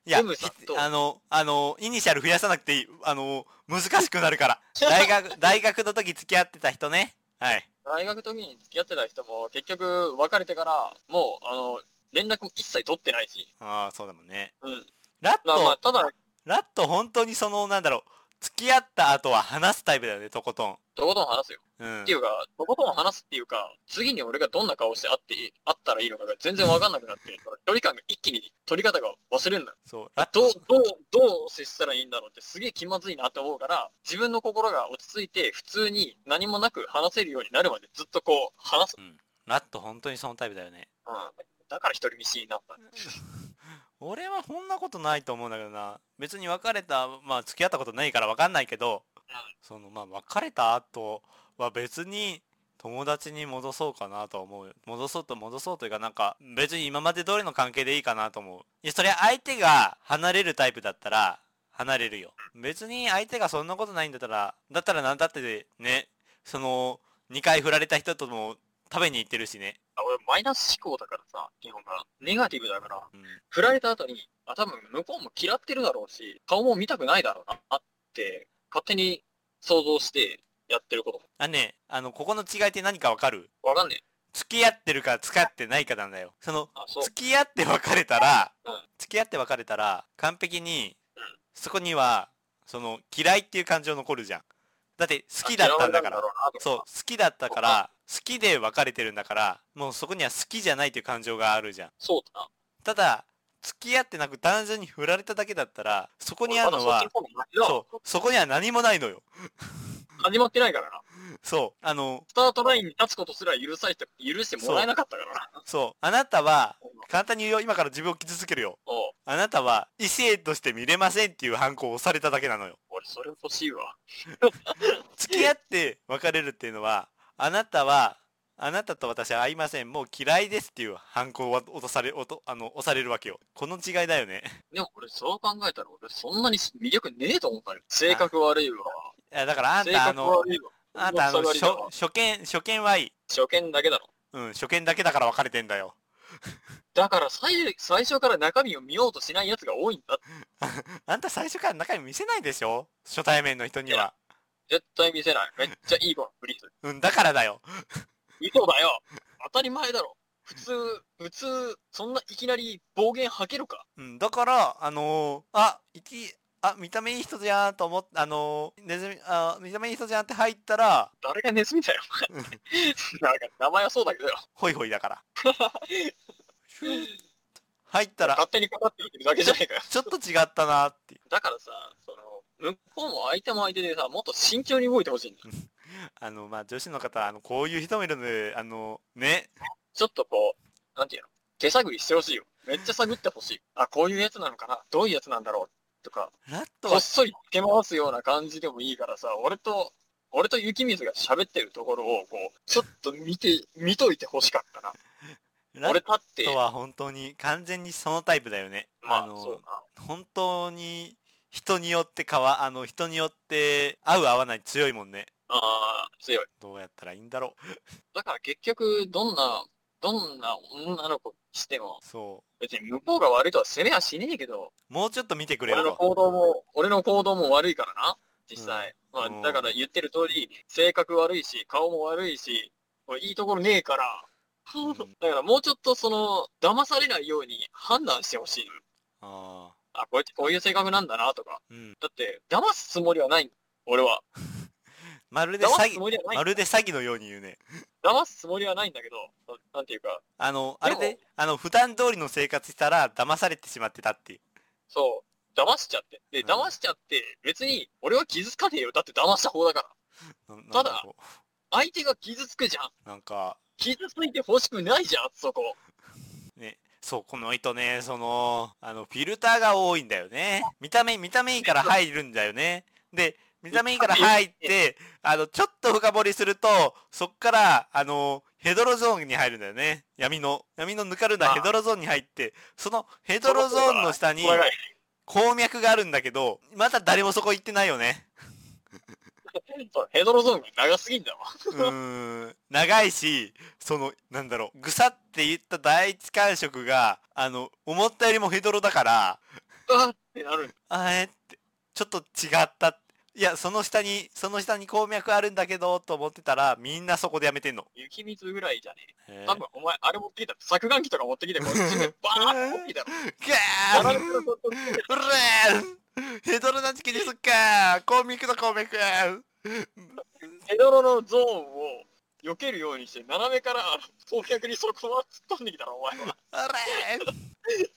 [SPEAKER 2] KM さんと、
[SPEAKER 1] あの、あの、イニシャル増やさなくていい。あの、難しくなる から。大学、大学の時付き合ってた人ね。はい。
[SPEAKER 2] 大学の時に付き合ってた人も、結局別れてから、もう、あの、連絡も一切取ってないし。
[SPEAKER 1] ああ、そうだもんね。
[SPEAKER 2] うん。
[SPEAKER 1] ラット、
[SPEAKER 2] まあまあ、ただ、
[SPEAKER 1] ラット本当にその、なんだろう、付き合った後は話すタイプだよね、とことん。
[SPEAKER 2] とことん話すよ。
[SPEAKER 1] うん
[SPEAKER 2] ってい。うか、とことん話すっていうか、次に俺がどんな顔して会っていい、会ったらいいのかが全然わかんなくなって、距離感が一気に取り方が忘れるんだよ。
[SPEAKER 1] そう、ラッ
[SPEAKER 2] どう
[SPEAKER 1] ト、、
[SPEAKER 2] どう、どう接したらいいんだろうってすげえ気まずいなって思うから、自分の心が落ち着いて、普通に何もなく話せるようになるまでずっとこう、話す。
[SPEAKER 1] ラット本当にそのタイプだよね。
[SPEAKER 2] うん。だから一人見知りになった。
[SPEAKER 1] 俺はこんなことないと思うんだけどな。別に別れた、まあ付き合ったことないから分かんないけど、その、まあ別れた後は別に友達に戻そうかなとは思うよ。戻そうと戻そうというかなんか、別に今まで通りの関係でいいかなと思う。いや、それ相手が離れるタイプだったら、離れるよ。別に相手がそんなことないんだったら、だったらなんだってね、その、2回振られた人とも食べに行ってるしね。
[SPEAKER 2] あ俺マイナス思考だからさ、基本が。ネガティブだから、
[SPEAKER 1] うん。
[SPEAKER 2] 振られた後に、あ、多分向こうも嫌ってるだろうし、顔も見たくないだろうなって、勝手に想像してやってることも。
[SPEAKER 1] あね、あの、ここの違いって何かわかる
[SPEAKER 2] わかんねえ。
[SPEAKER 1] 付き合ってるか付き合ってないかなんだよ。その、
[SPEAKER 2] あ、そう。
[SPEAKER 1] 付き合って別れたら
[SPEAKER 2] うん、
[SPEAKER 1] 付き合って別れたら、完璧に
[SPEAKER 2] うん、
[SPEAKER 1] そこには、その、嫌いっていう感情残るじゃん。だって、好きだったんだから
[SPEAKER 2] 嫌われたんだ。ろうなとか
[SPEAKER 1] そう、好きだったから、好きで別れてるんだから、もうそこには好きじゃないっていう感情があるじゃん。
[SPEAKER 2] そうだな。
[SPEAKER 1] ただ、付き合ってなく単純に振られただけだったら、そこにあるの
[SPEAKER 2] まだそ
[SPEAKER 1] は
[SPEAKER 2] っち、の方もないな
[SPEAKER 1] そう、そこには何もないのよ。
[SPEAKER 2] 始まってないからな。
[SPEAKER 1] そう、あの、
[SPEAKER 2] スタートラインに立つことすら許されて、許してもらえなかったからな。
[SPEAKER 1] そう、あなたは、
[SPEAKER 2] おう
[SPEAKER 1] 簡単に言うよ、今から自分を傷つけるよ。
[SPEAKER 2] おう
[SPEAKER 1] あなたは異性として見れませんっていう反抗をされただけなのよ。
[SPEAKER 2] 俺、それ欲しいわ。
[SPEAKER 1] 付き合って別れるっていうのは、あなたは、あなたと私は合いません、もう嫌いですっていう反抗を落とされ、落とあの押されるわけよ。この違いだよね。
[SPEAKER 2] でも俺、そう考えたら、俺、そんなに魅力ねえと思ったよ。性格悪いわ。
[SPEAKER 1] いやだからあん
[SPEAKER 2] 性
[SPEAKER 1] たあ
[SPEAKER 2] 格
[SPEAKER 1] の、
[SPEAKER 2] 悪いわ。
[SPEAKER 1] あんたあの、
[SPEAKER 2] 性格悪い
[SPEAKER 1] 初
[SPEAKER 2] わ
[SPEAKER 1] 初見、初見はいい。
[SPEAKER 2] 初見だけだろ。
[SPEAKER 1] うん、初見だけだから別れてんだよ。
[SPEAKER 2] だから最、最初から中身を見ようとしない奴が多いんだ。
[SPEAKER 1] あんた最初から中身見せないでしょ初対面の人に
[SPEAKER 2] い
[SPEAKER 1] は
[SPEAKER 2] や。絶対見せない。めっちゃいい子のフリーズ。
[SPEAKER 1] うん、だからだよ。
[SPEAKER 2] 嘘だよ当たり前だろ普通、普通、そんないきなり暴言吐けるか
[SPEAKER 1] うん、だから、あのーあ、いき、あ、見た目いい人じゃんと思って、あのーネズミ、あ、見た目いい人じゃんって入ったら、
[SPEAKER 2] 誰がネズミだよ、お前なんか名前はそうだけどよ。
[SPEAKER 1] ホイホイだ から。入ったら、あ
[SPEAKER 2] 勝手にかかって言ってるだけじゃねえかよ。
[SPEAKER 1] ちょっと違ったなっていう。
[SPEAKER 2] だからさ、その、向こうも相手も相手でさ、もっと慎重に動いてほしいんだよ。
[SPEAKER 1] あの、まあ、女子の方、あの、こういう人もいるので、あの、ね、
[SPEAKER 2] ちょっとこう、なんていうの手探りしてほしいよ。めっちゃ探ってほしい。あ、こういうやつなのかなどういうやつなんだろうとか、
[SPEAKER 1] ラット
[SPEAKER 2] こ
[SPEAKER 1] は
[SPEAKER 2] っ、そり付け回すような感じでもいいからさ、俺と、俺と雪水が喋ってるところを、こう、ちょっと見て、見といてほしかったな。
[SPEAKER 1] ラ
[SPEAKER 2] 俺
[SPEAKER 1] ッ
[SPEAKER 2] 立って、
[SPEAKER 1] トは本当に、完全にそのタイプだよね。
[SPEAKER 2] ま
[SPEAKER 1] あ
[SPEAKER 2] あ、
[SPEAKER 1] の、
[SPEAKER 2] そうな。
[SPEAKER 1] 本当に、人によって変わ、あの、人によって、合う合わない強いもんね。
[SPEAKER 2] ああ、強い。
[SPEAKER 1] どうやったらいいんだろう。
[SPEAKER 2] だから結局、どんな、どんな女の子にしても、
[SPEAKER 1] そ
[SPEAKER 2] 別に向こうが悪いとは責めはしねえけど、
[SPEAKER 1] う。もうちょっと見てくれ
[SPEAKER 2] 俺
[SPEAKER 1] よ
[SPEAKER 2] の
[SPEAKER 1] と。
[SPEAKER 2] 行動も、俺の行動も悪いからな、実際。
[SPEAKER 1] う
[SPEAKER 2] ま
[SPEAKER 1] ん
[SPEAKER 2] あ、だから言ってる通り、性格悪いし、顔も悪いし、これいいところねえから、
[SPEAKER 1] ん
[SPEAKER 2] だからもうちょっとその、騙されないように判断してほしいのよ。
[SPEAKER 1] あ
[SPEAKER 2] あ、こうやってこういう性格なんだなとか。
[SPEAKER 1] あ。うん。
[SPEAKER 2] だって、騙すつもりはないんだ俺は。
[SPEAKER 1] まるで
[SPEAKER 2] 騙
[SPEAKER 1] 詐
[SPEAKER 2] すつ
[SPEAKER 1] 欺、
[SPEAKER 2] もりはない
[SPEAKER 1] ま。るで詐欺のように言うね。
[SPEAKER 2] 騙すつもりはないんだけど、なんていうか、
[SPEAKER 1] あの、あれ
[SPEAKER 2] で
[SPEAKER 1] で
[SPEAKER 2] も、
[SPEAKER 1] あの、普段通りの生活したら、騙されてしまってたっていう。
[SPEAKER 2] そう、騙しちゃって。で、
[SPEAKER 1] うん
[SPEAKER 2] 騙しちゃって、別に俺は傷つかねえよ。だって騙した方だから。
[SPEAKER 1] ななん
[SPEAKER 2] ただ
[SPEAKER 1] こう
[SPEAKER 2] 相手が傷つくじゃん。
[SPEAKER 1] なんか、
[SPEAKER 2] 傷ついてほしくないじゃん、そこ。
[SPEAKER 1] ね、そう、この人ね、その、あの、フィルターが多いんだよね。見た目、見た目いいから入るんだよね。で、見た目いいから入って、あの、ちょっと深掘りすると、そっから、あの、ヘドロゾーンに入るんだよね。闇の、闇のぬかるんだ
[SPEAKER 2] ああ
[SPEAKER 1] ヘドロゾーンに入って、そのヘドロゾーンの下に
[SPEAKER 2] お、互い
[SPEAKER 1] 鉱脈があるんだけど、まだ誰もそこ行ってないよね。
[SPEAKER 2] そうヘドロゾーンが長すぎんだわ。
[SPEAKER 1] うーん長いし、その、なんだろう、ぐさって言った第一感触が、あの、思ったよりもヘドロだから、
[SPEAKER 2] うわってなるんだ。
[SPEAKER 1] あーえって、ちょっと違ったって。いや、その下に、その下に鉱脈あるんだけど、と思ってたら、みんなそこでやめてんの。
[SPEAKER 2] 雪水ぐらいじゃねえ。
[SPEAKER 1] え
[SPEAKER 2] 多分お前、あれ持ってきた。削岩機とか持ってきて、こう、地面バーンって持ってきた ろ。
[SPEAKER 1] ガーンう
[SPEAKER 2] う
[SPEAKER 1] れーんヘドロな時期ですっかー鉱脈だ鉱脈
[SPEAKER 2] ヘドロのゾーンを避けるようにして、斜めから、あの、当客にそこは突っ込んできたろ、お前は。
[SPEAKER 1] あれー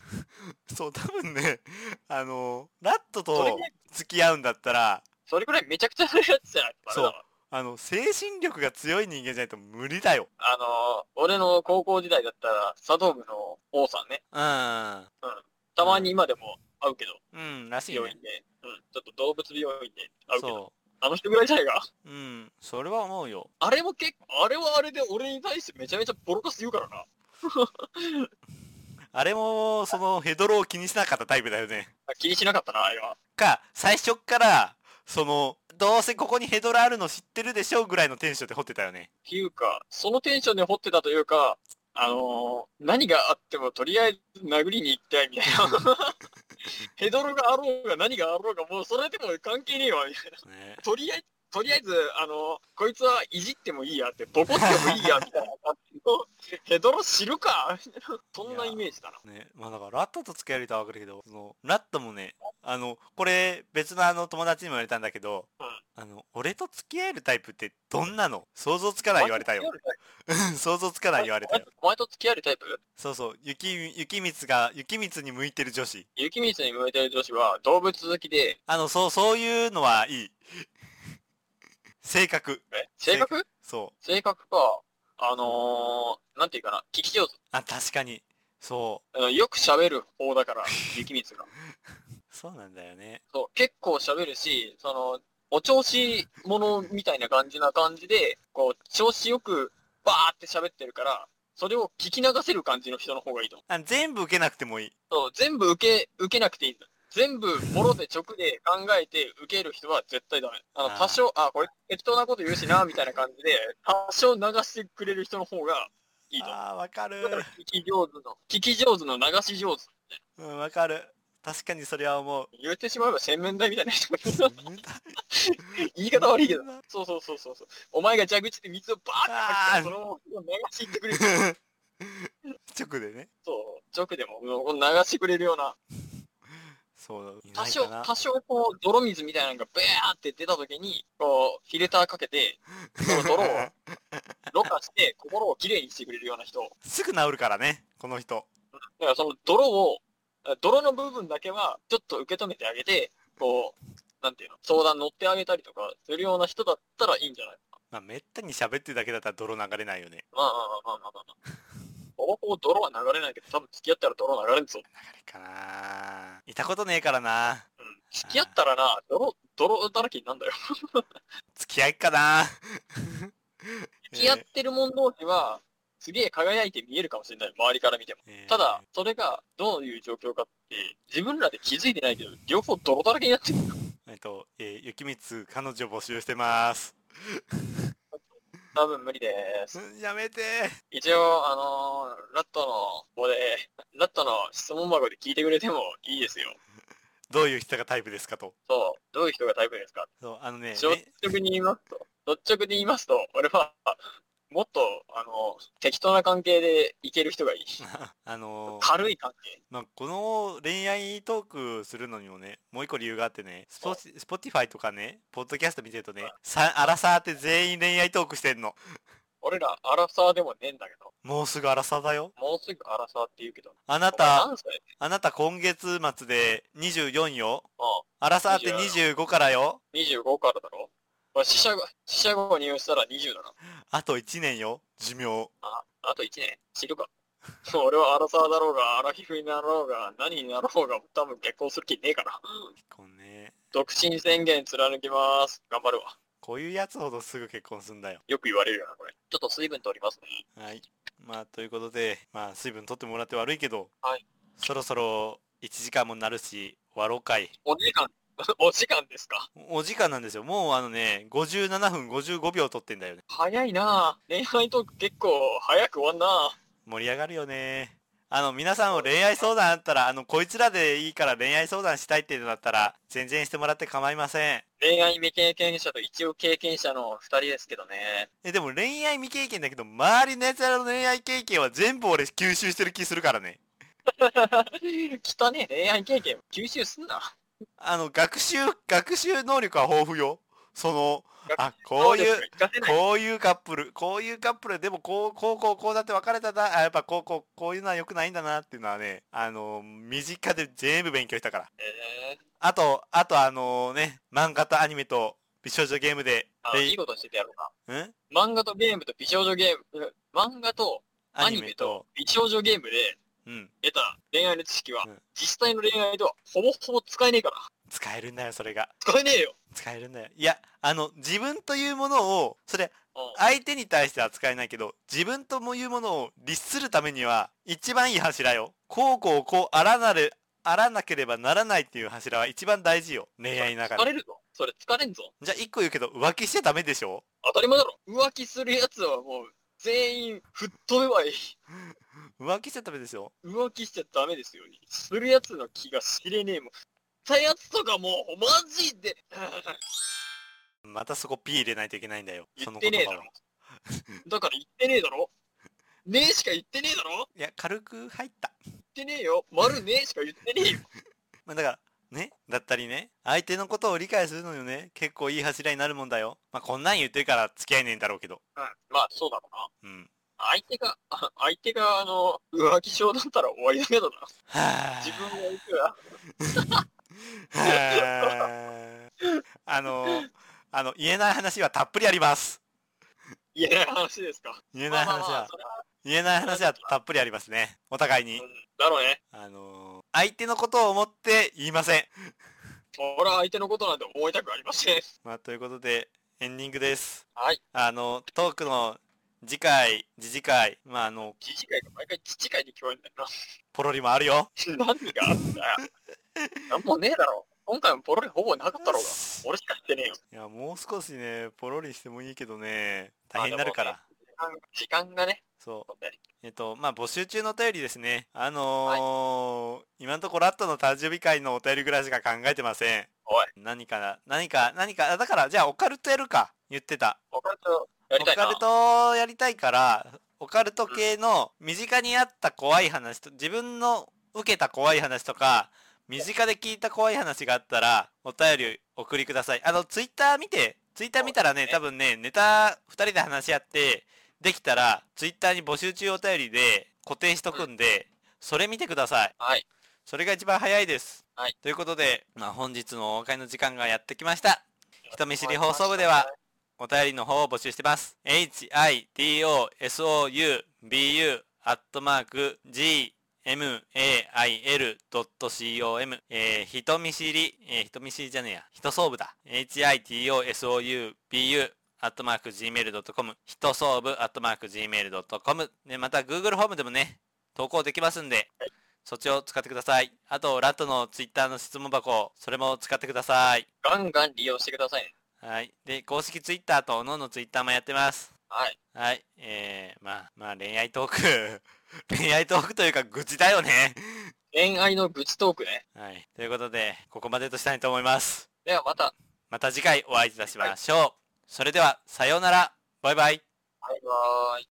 [SPEAKER 1] そう、多分ね、あの、ラット
[SPEAKER 2] それ
[SPEAKER 1] と
[SPEAKER 2] ぐらい、
[SPEAKER 1] 付き合うんだったら、
[SPEAKER 2] それぐらいめちゃくちゃなやつじゃないとダメだわ
[SPEAKER 1] そうあの、精神力が強い人間じゃないと無理だよ。
[SPEAKER 2] あのー俺の高校時代だったら、茶道部の王さんね。
[SPEAKER 1] うん。
[SPEAKER 2] たまに今でも会うけど、
[SPEAKER 1] うん、らしい
[SPEAKER 2] 病
[SPEAKER 1] ね
[SPEAKER 2] 院。で。うん、ちょっと動物病院で会うけど、
[SPEAKER 1] そ
[SPEAKER 2] あの人ぐらいじゃないか。
[SPEAKER 1] う。うん、それは思うよ。
[SPEAKER 2] あれも結構、あれはあれで俺に対してめちゃめちゃボロカス言うからな。
[SPEAKER 1] あれも、その、ヘドロを気にしなかったタイプだよね。
[SPEAKER 2] あ気にしなかったな、あれは。
[SPEAKER 1] か、最初っから、その、どうせここにヘドロあるの知ってるでしょぐらいのテンションで掘ってたよね。
[SPEAKER 2] っていうか、そのテンションで掘ってたというか、あのー何があってもとりあえず殴りに行きたいみたい な。ヘドロがあろうが何があろうが、もうそれでも関係ねえわ、みたいな。
[SPEAKER 1] ね
[SPEAKER 2] とりあえず、とりあえず、あの、こいつはいじってもいいやって、ボコってもいいや、みたいな感じロ、ヘドロ知るかそんなイメージだな。
[SPEAKER 1] ね、まあだからラットと付き合えるとは分かるけど、そのラットもね、あの、これ別のあの友達にも言われたんだけど、
[SPEAKER 2] うん
[SPEAKER 1] あの、俺と付き合えるタイプってどんなの想像つかない言われたよ。 想像つかない言われたよ。
[SPEAKER 2] お前と付き合えるタイプ
[SPEAKER 1] そうそう、雪、雪光が、雪光に向いてる女子。
[SPEAKER 2] 雪道に向いてる女子は動物好きで、
[SPEAKER 1] あの、そう、そういうのはいい。性格。
[SPEAKER 2] え性格
[SPEAKER 1] そう。
[SPEAKER 2] 性格か、あのー、なんていうかな、聞き上手。
[SPEAKER 1] あ、確かに。そ
[SPEAKER 2] あのよく喋る方だから、雪道が。
[SPEAKER 1] う。そうなんだよね。
[SPEAKER 2] そう、結構喋るし、その、お調子者みたいな感じな感じで、こう、調子よくバーって喋ってるから、それを聞き流せる感じの人の方がいいと思う。
[SPEAKER 1] あ全部受けなくてもいい。
[SPEAKER 2] そう、全部受け、受けなくていいんだ。全部、ボロで直で考えて受ける人は絶対ダメ。あの
[SPEAKER 1] あ、ー
[SPEAKER 2] 多少、あ、これ適当なこと言うしな、みたいな感じで、多少流してくれる人の方がいいと思う。
[SPEAKER 1] ああ、わかる
[SPEAKER 2] だ。から聞き上手の、聞き上手の流し上手。
[SPEAKER 1] うん、わかる。確かにそれは 思う。
[SPEAKER 2] 言ってしまえば洗面台みたいな人がいる 言い
[SPEAKER 1] 言
[SPEAKER 2] 方悪いけど。そうそうそうそうそう。お前が蛇口で水をバーって吐くから、そのまま流していってくれる。
[SPEAKER 1] 直でね。
[SPEAKER 2] そう、直でももう流してくれるような、
[SPEAKER 1] そう、い
[SPEAKER 2] 多
[SPEAKER 1] ない
[SPEAKER 2] 少
[SPEAKER 1] か、な。
[SPEAKER 2] 多少こう、泥水みたいなのがブワーって出た時に、こう、フィルターかけて、その泥をろ過して、心をきれいにしてくれるような人。
[SPEAKER 1] すぐ治るからね、この人。
[SPEAKER 2] だからその泥を、泥の部分だけはちょっと受け止めてあげて、こう、なんていうの、相談乗ってあげたりとかするような人だったらいいんじゃない
[SPEAKER 1] まあ、めったに喋ってるだけだったら泥流れないよね。
[SPEAKER 2] まあまあまあまあまあまあ。ほぼほぼ泥は流れないけど、多分付き合ったら泥流れんぞ。
[SPEAKER 1] 流れかな。いたことねえからな。
[SPEAKER 2] うん。付き合ったらな、泥、泥だらけになんだよ。
[SPEAKER 1] 付き合いっかな。
[SPEAKER 2] 付き合ってる者同士は、すげえ輝いて見えるかもしれない。周りから見ても。
[SPEAKER 1] えー
[SPEAKER 2] ただ、、それがどういう状況かって、自分らで気づいてないけど、両方泥だらけになってる。
[SPEAKER 1] えっと、えー、雪光、彼女募集してます。
[SPEAKER 2] 多分無理です。
[SPEAKER 1] うんやめて
[SPEAKER 2] 一応、あのーラットの方で、ラットの質問箱で聞いてくれてもいいですよ。
[SPEAKER 1] どういう人がタイプですかと。
[SPEAKER 2] そう、どういう人がタイプですか
[SPEAKER 1] そう、あのね、
[SPEAKER 2] 率
[SPEAKER 1] ね
[SPEAKER 2] 直に言いますと、率直に言いますと、俺は、もっと、あの、適当な関係でいける人がいい。
[SPEAKER 1] あのー、
[SPEAKER 2] 軽い関係。
[SPEAKER 1] まあ、この恋愛トークするのにもね、もう一個理由があってね、スポスポティファイとかね、ポッドキャスト見てるとね、さアラサーって全員恋愛トークしてんの。
[SPEAKER 2] 俺ら、アラサーでもねえんだけど、
[SPEAKER 1] もうすぐアラサーだよ。
[SPEAKER 2] もうすぐアラサーって言うけど、
[SPEAKER 1] あな
[SPEAKER 2] お前
[SPEAKER 1] た、
[SPEAKER 2] 何歳
[SPEAKER 1] あなた今月末で24よ。
[SPEAKER 2] あ
[SPEAKER 1] アラサーって25からよ。
[SPEAKER 2] 25からだろ俺、死者後、死者後入院したら20だな。
[SPEAKER 1] あと1年よ。寿命。
[SPEAKER 2] あ、あと1年。知るか。俺はアラサーだろうが、アラフィフになろうが、何になろうが、多分結婚する気ねえから。
[SPEAKER 1] 結婚ね。
[SPEAKER 2] 独身宣言貫きます。頑張るわ。
[SPEAKER 1] こういうやつほどすぐ結婚すんだよ。
[SPEAKER 2] よく言われるよな、これ。ちょっと水分取りますね。
[SPEAKER 1] はい。まあ、ということで、まあ、水分取ってもらって悪いけど、
[SPEAKER 2] はい
[SPEAKER 1] そろそろ1時間もなるし、終わろうかい。
[SPEAKER 2] お時間、 お時間ですか。
[SPEAKER 1] お時間なんですよ。もうあのね、57分55秒撮ってんだよね。
[SPEAKER 2] 早いなぁ。恋愛トーク結構早く終わんなぁ。
[SPEAKER 1] 盛り上がるよね。あの、皆さんも恋愛相談あったら、あの、こいつらでいいから恋愛相談したいっていうのだったら、全然してもらって構いません。
[SPEAKER 2] 恋愛未経験者と一応経験者の二人ですけどね。
[SPEAKER 1] え、でも恋愛未経験だけど、周りの奴らの恋愛経験は全部俺吸収してる気するからね。
[SPEAKER 2] 汚ねえ恋愛経験吸収すんな。
[SPEAKER 1] あの、学習、学習能力は豊富よ。その、あ、こ
[SPEAKER 2] そううで
[SPEAKER 1] い
[SPEAKER 2] す
[SPEAKER 1] う、
[SPEAKER 2] か。活かせない。
[SPEAKER 1] こういうカップル、こういうカップルでもこう、こう、こう、こうだって別れたな、あやっぱこう、こう、こういうのは良くないんだなっていうのはね、あの、身近で全部勉強したから。
[SPEAKER 2] え
[SPEAKER 1] あと、あとあのね、漫画とアニメと美少女ゲームで、
[SPEAKER 2] ー、あ
[SPEAKER 1] で
[SPEAKER 2] いいことしててやろうか。
[SPEAKER 1] ん
[SPEAKER 2] 漫画とゲームと美少女ゲーム、漫画と
[SPEAKER 1] ア
[SPEAKER 2] ア
[SPEAKER 1] ニ
[SPEAKER 2] ニ
[SPEAKER 1] メ
[SPEAKER 2] メ
[SPEAKER 1] と
[SPEAKER 2] と、美少女ゲームで
[SPEAKER 1] うん、
[SPEAKER 2] 得た恋愛の知識は
[SPEAKER 1] うん、
[SPEAKER 2] 実際の恋愛とはほぼほぼ使えねえから。
[SPEAKER 1] 使えるんだよ、それが。
[SPEAKER 2] 使えねえよ。
[SPEAKER 1] 使えるんだよ。いや、あの、自分というものを、それ、
[SPEAKER 2] うん
[SPEAKER 1] 相手に対しては使えないけど、自分ともいうものを律するためには、一番いい柱よ。こうこうこう、あらなる、あらなければならないっていう柱は一番大事よ。恋愛の中
[SPEAKER 2] 疲
[SPEAKER 1] で。
[SPEAKER 2] れるぞ。それ疲れんぞ。
[SPEAKER 1] じゃあ、一個言うけど、浮気しちゃダメでしょ
[SPEAKER 2] 当たり前だろ。浮気するやつはもう、全員、吹っ飛べばいい。
[SPEAKER 1] 浮気しちゃダメですよ。
[SPEAKER 2] 浮気しちゃダメですよ、するやつの気が知れねえもん。たやつとかもう、マジで、
[SPEAKER 1] またそこ P 入れないといけないんだよ。そ
[SPEAKER 2] 言っ
[SPEAKER 1] の
[SPEAKER 2] て
[SPEAKER 1] 言
[SPEAKER 2] ねえ
[SPEAKER 1] 葉
[SPEAKER 2] だ
[SPEAKER 1] は
[SPEAKER 2] ろ。だから言ってねえだろ。ねえしか言ってねえだろ
[SPEAKER 1] いや、軽く入った。
[SPEAKER 2] 言ってねえよ。丸ねえしか言ってねえよ。
[SPEAKER 1] まあ、だから、ね、だったりね、相手のことを理解するのにもね、結構いい柱になるもんだよ。まあ、こんなん言ってるから付き合いねえんだろうけど。
[SPEAKER 2] うん。まあ、そうだろうな。
[SPEAKER 1] うん。
[SPEAKER 2] 相手が、 あ相手が、あの、浮気症だったら終わりだけどな。
[SPEAKER 1] は
[SPEAKER 2] 自分がいくら、
[SPEAKER 1] あ。はあ。あの、あの、言えない話はたっぷりあります。
[SPEAKER 2] 言えない話ですか。
[SPEAKER 1] 言えない話
[SPEAKER 2] まあまあまあ
[SPEAKER 1] は、
[SPEAKER 2] それは
[SPEAKER 1] 言えない話はたっぷりありますね。お互いに。
[SPEAKER 2] だろうね。
[SPEAKER 1] あのー相手のことを思って言いません。
[SPEAKER 2] 俺は相手のことなんて思いたくありません。
[SPEAKER 1] まあ、ということで、エンディングです。
[SPEAKER 2] はい。
[SPEAKER 1] あの、トークの次回、次次回、まあ、あの、
[SPEAKER 2] 自治会が毎回自治会に聞こえるんだよな。
[SPEAKER 1] ポロリもあるよ。
[SPEAKER 2] 何があったよ。なんもねえだろ。今回もポロリほぼなかったろうが。俺しか言ってねえよ。
[SPEAKER 1] いや、もう少しね、ポロリしてもいいけどね、大変になるから。
[SPEAKER 2] 時間がね。
[SPEAKER 1] そ
[SPEAKER 2] そうだね
[SPEAKER 1] う。えっと、まあ、募集中のお便りですね。あのー今のところラットの誕生日会のお便りぐらいしか考えてません。
[SPEAKER 2] おい、
[SPEAKER 1] 何かな、何か、何か、あだから、じゃあ、オカルトやるか。言ってた。
[SPEAKER 2] オカルトやりたいな。
[SPEAKER 1] オカルトをやりたいからオカルト系の身近にあった怖い話と自分の受けた怖い話とか身近で聞いた怖い話があったらお便りを送りくださいあのツイッター見てツイッター見たらね
[SPEAKER 2] そうですね
[SPEAKER 1] 多分ねネタ2人で話し合ってできたらツイッターに募集中お便りで固定しとくんでそれ見てください
[SPEAKER 2] はい。
[SPEAKER 1] それが一番早いです、
[SPEAKER 2] はい
[SPEAKER 1] ということで、まあ、本日のお別れの時間がやってきました人見知り放送部では、お便りの方を募集してます。hitosourbu アットマーク gmail.com、えー、人見知り、えー人見知りじゃねえや、人相部だ。hitosourbu アットマーク gmail.com、人相部アットマーク gmail.com、ね、また Google ホームでもね、投稿できますんで、そっちを使ってください。あと、ラットの Twitter の質問箱、それも使ってください。
[SPEAKER 2] ガンガン利用してください。
[SPEAKER 1] はい。で、公式ツイッターと、おのおのツイッターもやってます。
[SPEAKER 2] はい。
[SPEAKER 1] はい。えー、まあ、まあ、恋愛トーク。 恋愛トークというか、愚痴だよね。
[SPEAKER 2] 恋愛の愚痴トークね。
[SPEAKER 1] はい。ということで、ここまでとしたいと思います。
[SPEAKER 2] ではまた、
[SPEAKER 1] また次回お会いいたしましょう。それでは、さようなら。バイバイ。
[SPEAKER 2] バイバーイ。